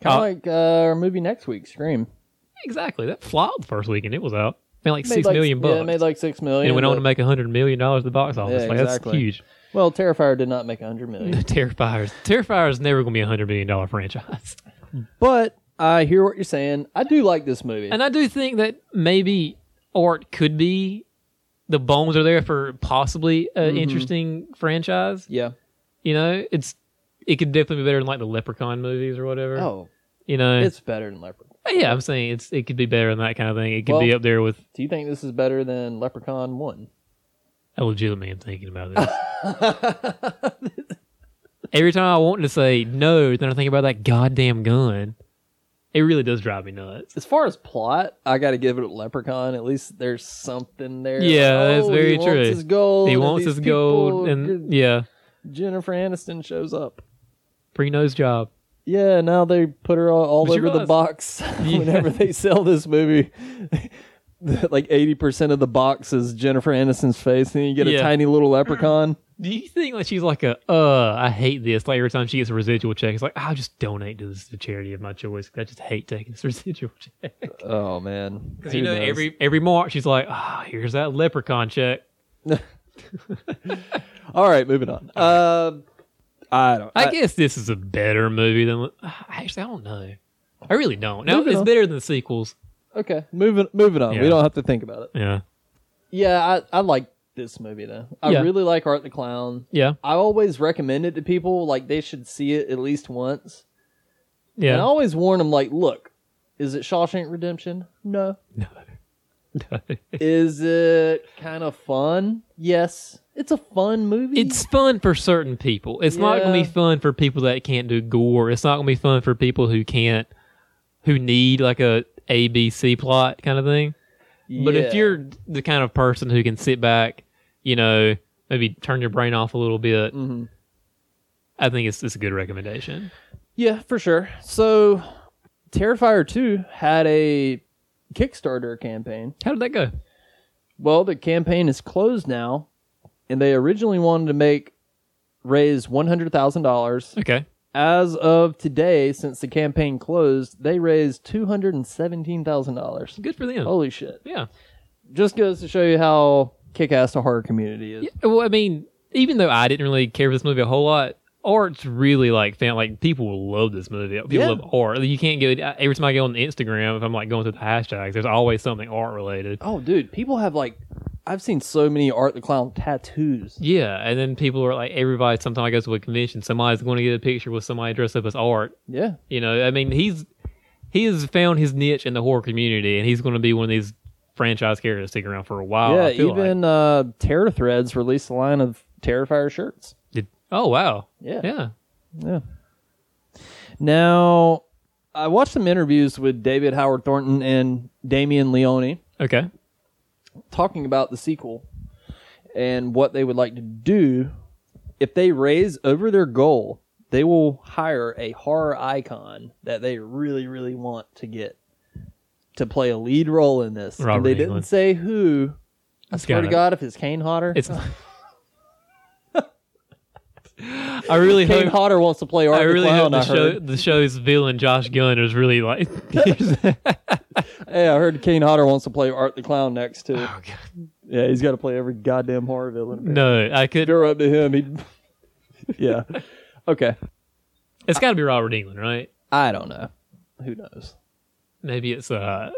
Kind of
Uh,
like uh, our movie next week, Scream.
Exactly. That flopped the first weekend it was out. Made like
Made
six
like-
million
Yeah, it
bucks.
made like six million.
and went on
but-
to make a hundred million dollars at the box office.
Yeah,
like
exactly.
that's huge.
Well, Terrifier did not make a hundred million,
Terrifiers. Terrifiers is never gonna be a hundred million dollar franchise.
but I hear what you're saying. I do like this movie.
And I do think that maybe art could be the bones are there for possibly
Mm-hmm.
an interesting franchise.
yeah.
You know, it's it could definitely be better than like the Leprechaun movies or whatever.
Oh,
you know,
it's better than Leprechaun.
yeah. I'm saying it's it could be better than that kind of thing. It could be
Well-
up there with.
Do you think this is better than Leprechaun One?
I legitimately am thinking about this. Every time I want to say no, then I think about that goddamn gun. It really does drive me nuts.
As far as plot, I got to give it to Leprechaun. At least there's something there.
Yeah,
Like,
that's
oh,
very
he
true.
Wants his gold.
he
and
wants
these
his gold,
people-
and yeah,
Jennifer Aniston shows up.
pre nose job.
Yeah, now they put her all, all
But you
over the
realize-
box. Whenever they sell this movie, like eighty percent of the box is Jennifer Aniston's face, and you get
Yeah.
a tiny little leprechaun.
Do you think like she's like a uh I hate this? Like every time she gets a residual check, it's like I'll just donate to this to charity of my choice. 'cause I just hate taking this residual check.
Oh man,
Because you
Who
know
knows?
every every March she's like, ah, here's that leprechaun check.
All right, moving on. Uh, I don't.
I, guess this is a better movie than actually I don't know. I really don't. Now
Moving
it's
on.
better than the sequels.
okay, moving moving on. We
Yeah.
don't have to think about it.
Yeah,
Yeah, I, I like this movie though. I
Yeah.
really like Art the Clown.
yeah,
I always recommend it to people. Like they should see it at least once.
yeah.
And I always warn them, like, look, is it Shawshank Redemption? No. is it kind of fun? Yes. It's a fun movie.
It's fun for certain people. It's not going
Yeah.
to be fun for people that can't do gore. It's not going to be fun for people who can't, who need like a ABC plot kind of thing. But if
Yeah.
you're the kind of person who can sit back, you know, maybe turn your brain off a little bit,
Mhm.
I think it's, it's a good recommendation.
yeah, for sure. So, Terrifier two had a Kickstarter campaign.
How did that go?
Well, the campaign is closed now, and they originally wanted to make raise one hundred thousand dollars.
Okay.
As of today, since the campaign closed, they raised two hundred and seventeen thousand dollars.
Good for them.
Holy shit!
Yeah.
Just goes to show you how kick-ass the horror community is.
Well, I mean, even though I didn't really care for this movie a whole lot, art's really like fan. Like people will love this movie. People
Yeah.
love art. You can't get every time I go on Instagram. If I'm like going through the hashtags, there's always something art related.
Oh, dude, people have like, I've seen so many Art the Clown tattoos.
Yeah, and then people are like, everybody. Sometimes I go to a convention, somebody's going to get a picture with somebody dressed up as art.
Yeah,
You know, I mean, he's he has found his niche in the horror community, and he's going to be one of these franchise characters that stick around for a while.
yeah.
Oh, I feel like.
Even uh, Terror Threads released a line of Terrifier shirts.
Did- oh wow,
Yeah.
yeah,
Now, I watched some interviews with David Howard Thornton and Damian Leone
okay,
talking about the sequel and what they would like to do. If they raise over their goal, they will hire a horror icon that they really, really want to get to play a lead role in this.
Robert
and they
Englund.
didn't say who. I
It's
swear to
gotta-
God, if it's Kane Hodder,
it's. I really
Kane
hope.
Hodder wants to play Art
I
the
really hope
Clown.
the
I
show
heard.
the show's villain Josh Gunn is really like.
Hey, I heard Kane Hodder wants to play Art the Clown next too.
Oh, God.
Yeah, he's got to play every goddamn horror villain.
no, I
If
could.
you're up to him, he'd. yeah. Okay.
It's got to be Robert England, right?
I don't know. Who knows?
Maybe it's uh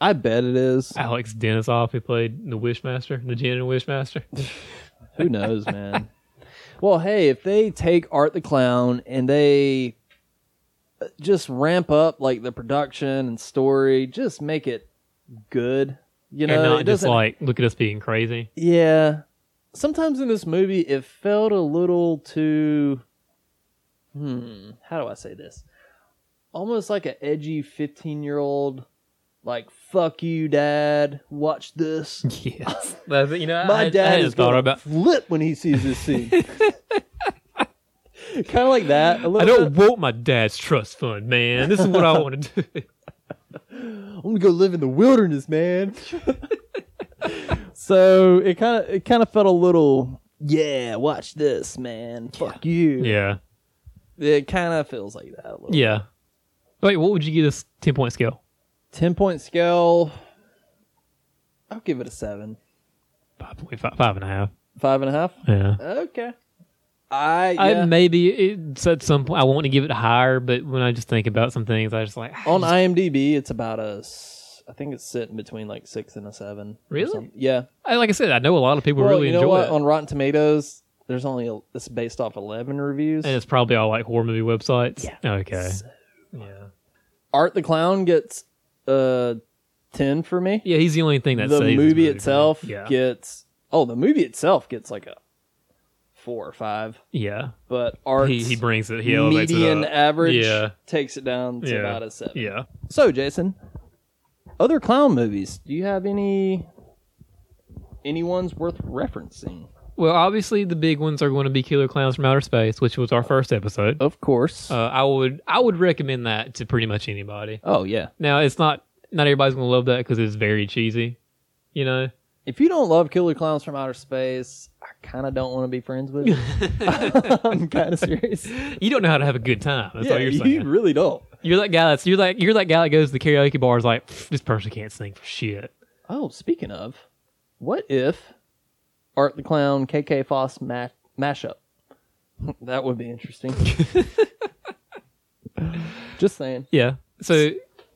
I bet it is.
Alex Denisov who played the Wishmaster, the Jin and Wishmaster.
Who knows, man? Well, hey, if they take Art the Clown and they uh, just ramp up like the production and story, just make it good. You know,
and
it
not just
doesn't-
like look at us being crazy.
yeah. Sometimes in this movie, it felt a little too. Hmm. How do I say this? Almost like an edgy fifteen-year-old, like "fuck you, dad, watch this."
Yes, That's it. you know, I,
My
I
dad
hadn't
is
thought
gonna
about.
flip when he sees this scene. kind of like that. A little
I
bit.
don't want my dad's trust fund, man. This is what I want to do.
I'm gonna go live in the wilderness, man. so it kind of it kind of felt a little. Yeah, watch this, man. Fuck you.
yeah,
It kind of feels like that a little.
yeah. Wait, what would you give this ten point scale?
Ten point scale. I'll give it a seven.
Five point five, five and a half.
Five and a half.
Yeah.
Okay. I
I
Uh, yeah.
maybe it's at some point I want to give it higher, but when I just think about some things, I just like
on
just-
IMDb it's about a. s- I think it's sitting between like six and a seven. or
Really?
something. Yeah.
I, like I said, I know a lot of people
well,
really
you know
enjoy
what?
it,
On Rotten Tomatoes, there's only a, it's based off eleven reviews.
and it's probably all like horror movie websites.
Yeah.
Okay.
So-
Yeah.
Art the Clown gets a ten for me.
Yeah, he's the only thing that
the
saves this
movie,
man.
itself
Yeah.
gets. Oh, the movie itself gets like a four or five,
yeah.
but art
He, he brings it. He elevates
median
it up.
average
Yeah.
takes it down to
Yeah.
about a seven.
Yeah.
So, Jason, other clown movies. Do you have any any ones worth referencing?
Well, obviously the big ones are going to be Killer Clowns from Outer Space, which was our first episode.
Of course.
Uh, I would I would recommend that to pretty much anybody.
oh yeah.
Now it's not not everybody's gonna love that because it's very cheesy, you know.
If you don't love Killer Clowns from Outer Space, I kind of don't want to be friends with you. I'm kind of serious.
You don't know how to have a good time. That's all
yeah,
you're
you
saying.
really don't.
You're that guy that's you're like you're that guy that goes to the karaoke bar is like "Pfft, this person can't sing for shit.
Oh, speaking of, what if Art the Clown KK Foss ma- mashup? that would be interesting. Just saying.
Yeah. So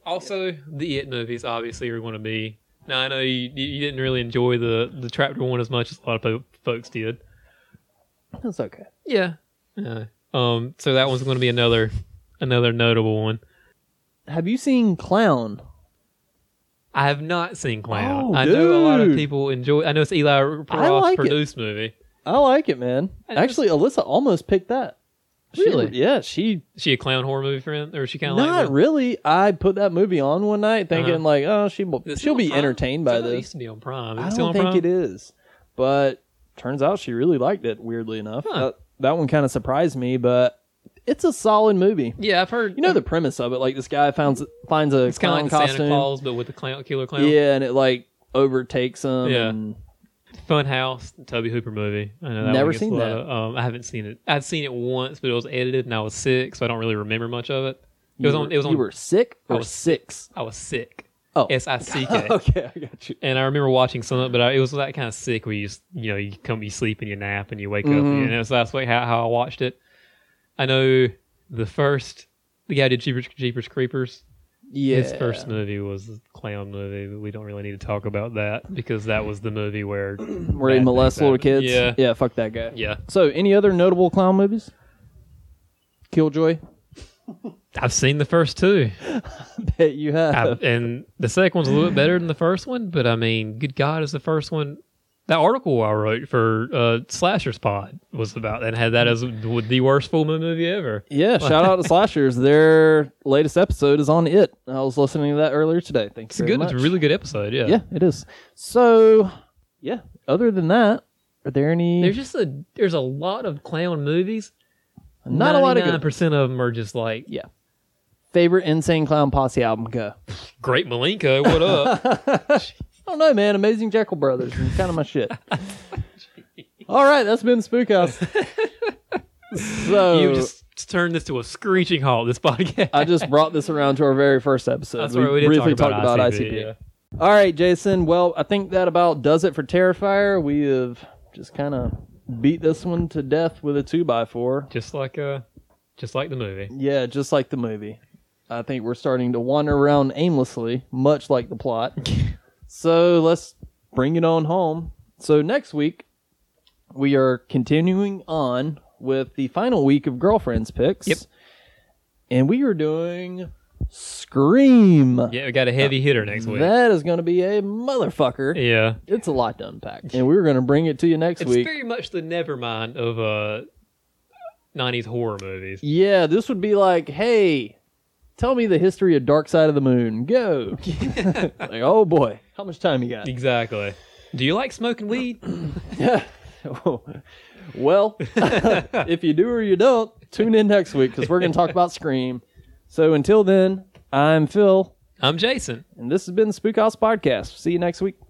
also the It movies obviously are going to be. Now I know you, you you didn't really enjoy the the Trapdoor one as much as a lot of po- folks did.
That's okay.
Yeah. Yeah. Um. So that one's going to be another another notable one.
Have you seen Clown?
I have not seen Clown.
Oh,
I know a lot of
dude.
people enjoy. I know it's Eli Roth's
like it.
produced movie.
I like it, man.
I just-
Actually, Alyssa almost picked that. She-
Really?
yeah, she
Is she a clown horror movie friend, or is she kind of
Not
like
really. I put that movie on one night thinking
Uh-huh.
like, oh, she will,
Is it
she'll
on
be
Prime?
entertained
I
by
thought it used
this.
to be on Prime. Is
I
it still
don't
on
think
Prime?
it is, but turns out she really liked it. Weirdly enough,
Huh.
that, that one kind of surprised me, but it's a solid movie.
Yeah, I've heard.
You know the premise of it, like this guy finds finds a
it's kind of
clown
like the Santa
costume,
Claus, but with a clown killer clown.
yeah, and it like overtakes him.
Yeah.
and-
Funhouse, Toby Hooper movie. I know that
Never
one gets a
seen
lot
that.
of- um, I haven't seen it. I'd seen it once, but it was edited, and I was sick, so I don't really remember much of it. It was
you
on.
were-
It was on.
You were sick
I
or
was
six?
I was sick.
Oh,
S I C K.
okay, I got you.
And I remember watching some of it, but I, it was that kind of sick where you just, you know you come you sleep and you nap and you wake up
Mhm.
and it was that's like how, how I watched it. I know the first the guy who did Jeepers, Jeepers Creepers.
Yeah.
His first movie was the clown movie. but We don't really need to talk about that because that was the movie where
Where he
bad
molests
things
little
happen.
kids.
Yeah.
Yeah, fuck that guy.
yeah,
So, any other notable clown movies? Killjoy?
I've seen the first two,
Bet you
I,
have.
and the second one's a little bit better than the first one. But I mean, good God, is the first one? That article I wrote for uh, Slashers Pod was about and had that as the worst full moon movie ever.
Yeah, shout out to Slashers. Their latest episode is on it. I was listening to that earlier today. Thanks
It's good.
Much.
It's a really good episode. Yeah.
Yeah, it is. So, yeah. Other than that, are there any?
There's just a there's a lot of clown movies.
not a lot of good.
percent of them are just like
Yeah. Favorite Insane Clown Posse album? Go.
Great Malenko. What up?
I don't know, man. Amazing Jekyll Brothers is kind of my shit. All right, that's been Spook House. so
you just turned this to a screeching halt. This podcast.
I just brought this around to our very first episode.
That's right. We did
Uh, briefly
talk about,
talked about
ICP.
ICP. All right, Jason. Well, I think that about does it for Terrifier. We have just kind of beat this one to death with a two by four.
Just like uh, just like the movie.
Yeah, just like the movie. I think we're starting to wander around aimlessly, much like the plot. so let's bring it on home. So next week, we are continuing on with the final week of Girlfriends Picks.
Yep.
And we are doing Scream.
Yeah, we got a heavy hitter next week.
Uh, That is going to be a motherfucker.
yeah,
It's a lot to unpack. And we're going to bring it to you next
it's
week.
very much the Nevermind of uh, '90s horror movies.
Yeah, this would be like, hey, tell me the history of Dark Side of the Moon. Go. like, oh boy, how much time you got?
Exactly. Do you like smoking weed?
well, if you do or you don't, tune in next week because we're going to talk about Scream. So until then, I'm Phil,
I'm Jason.
and this has been Spook House Podcast. See you next week.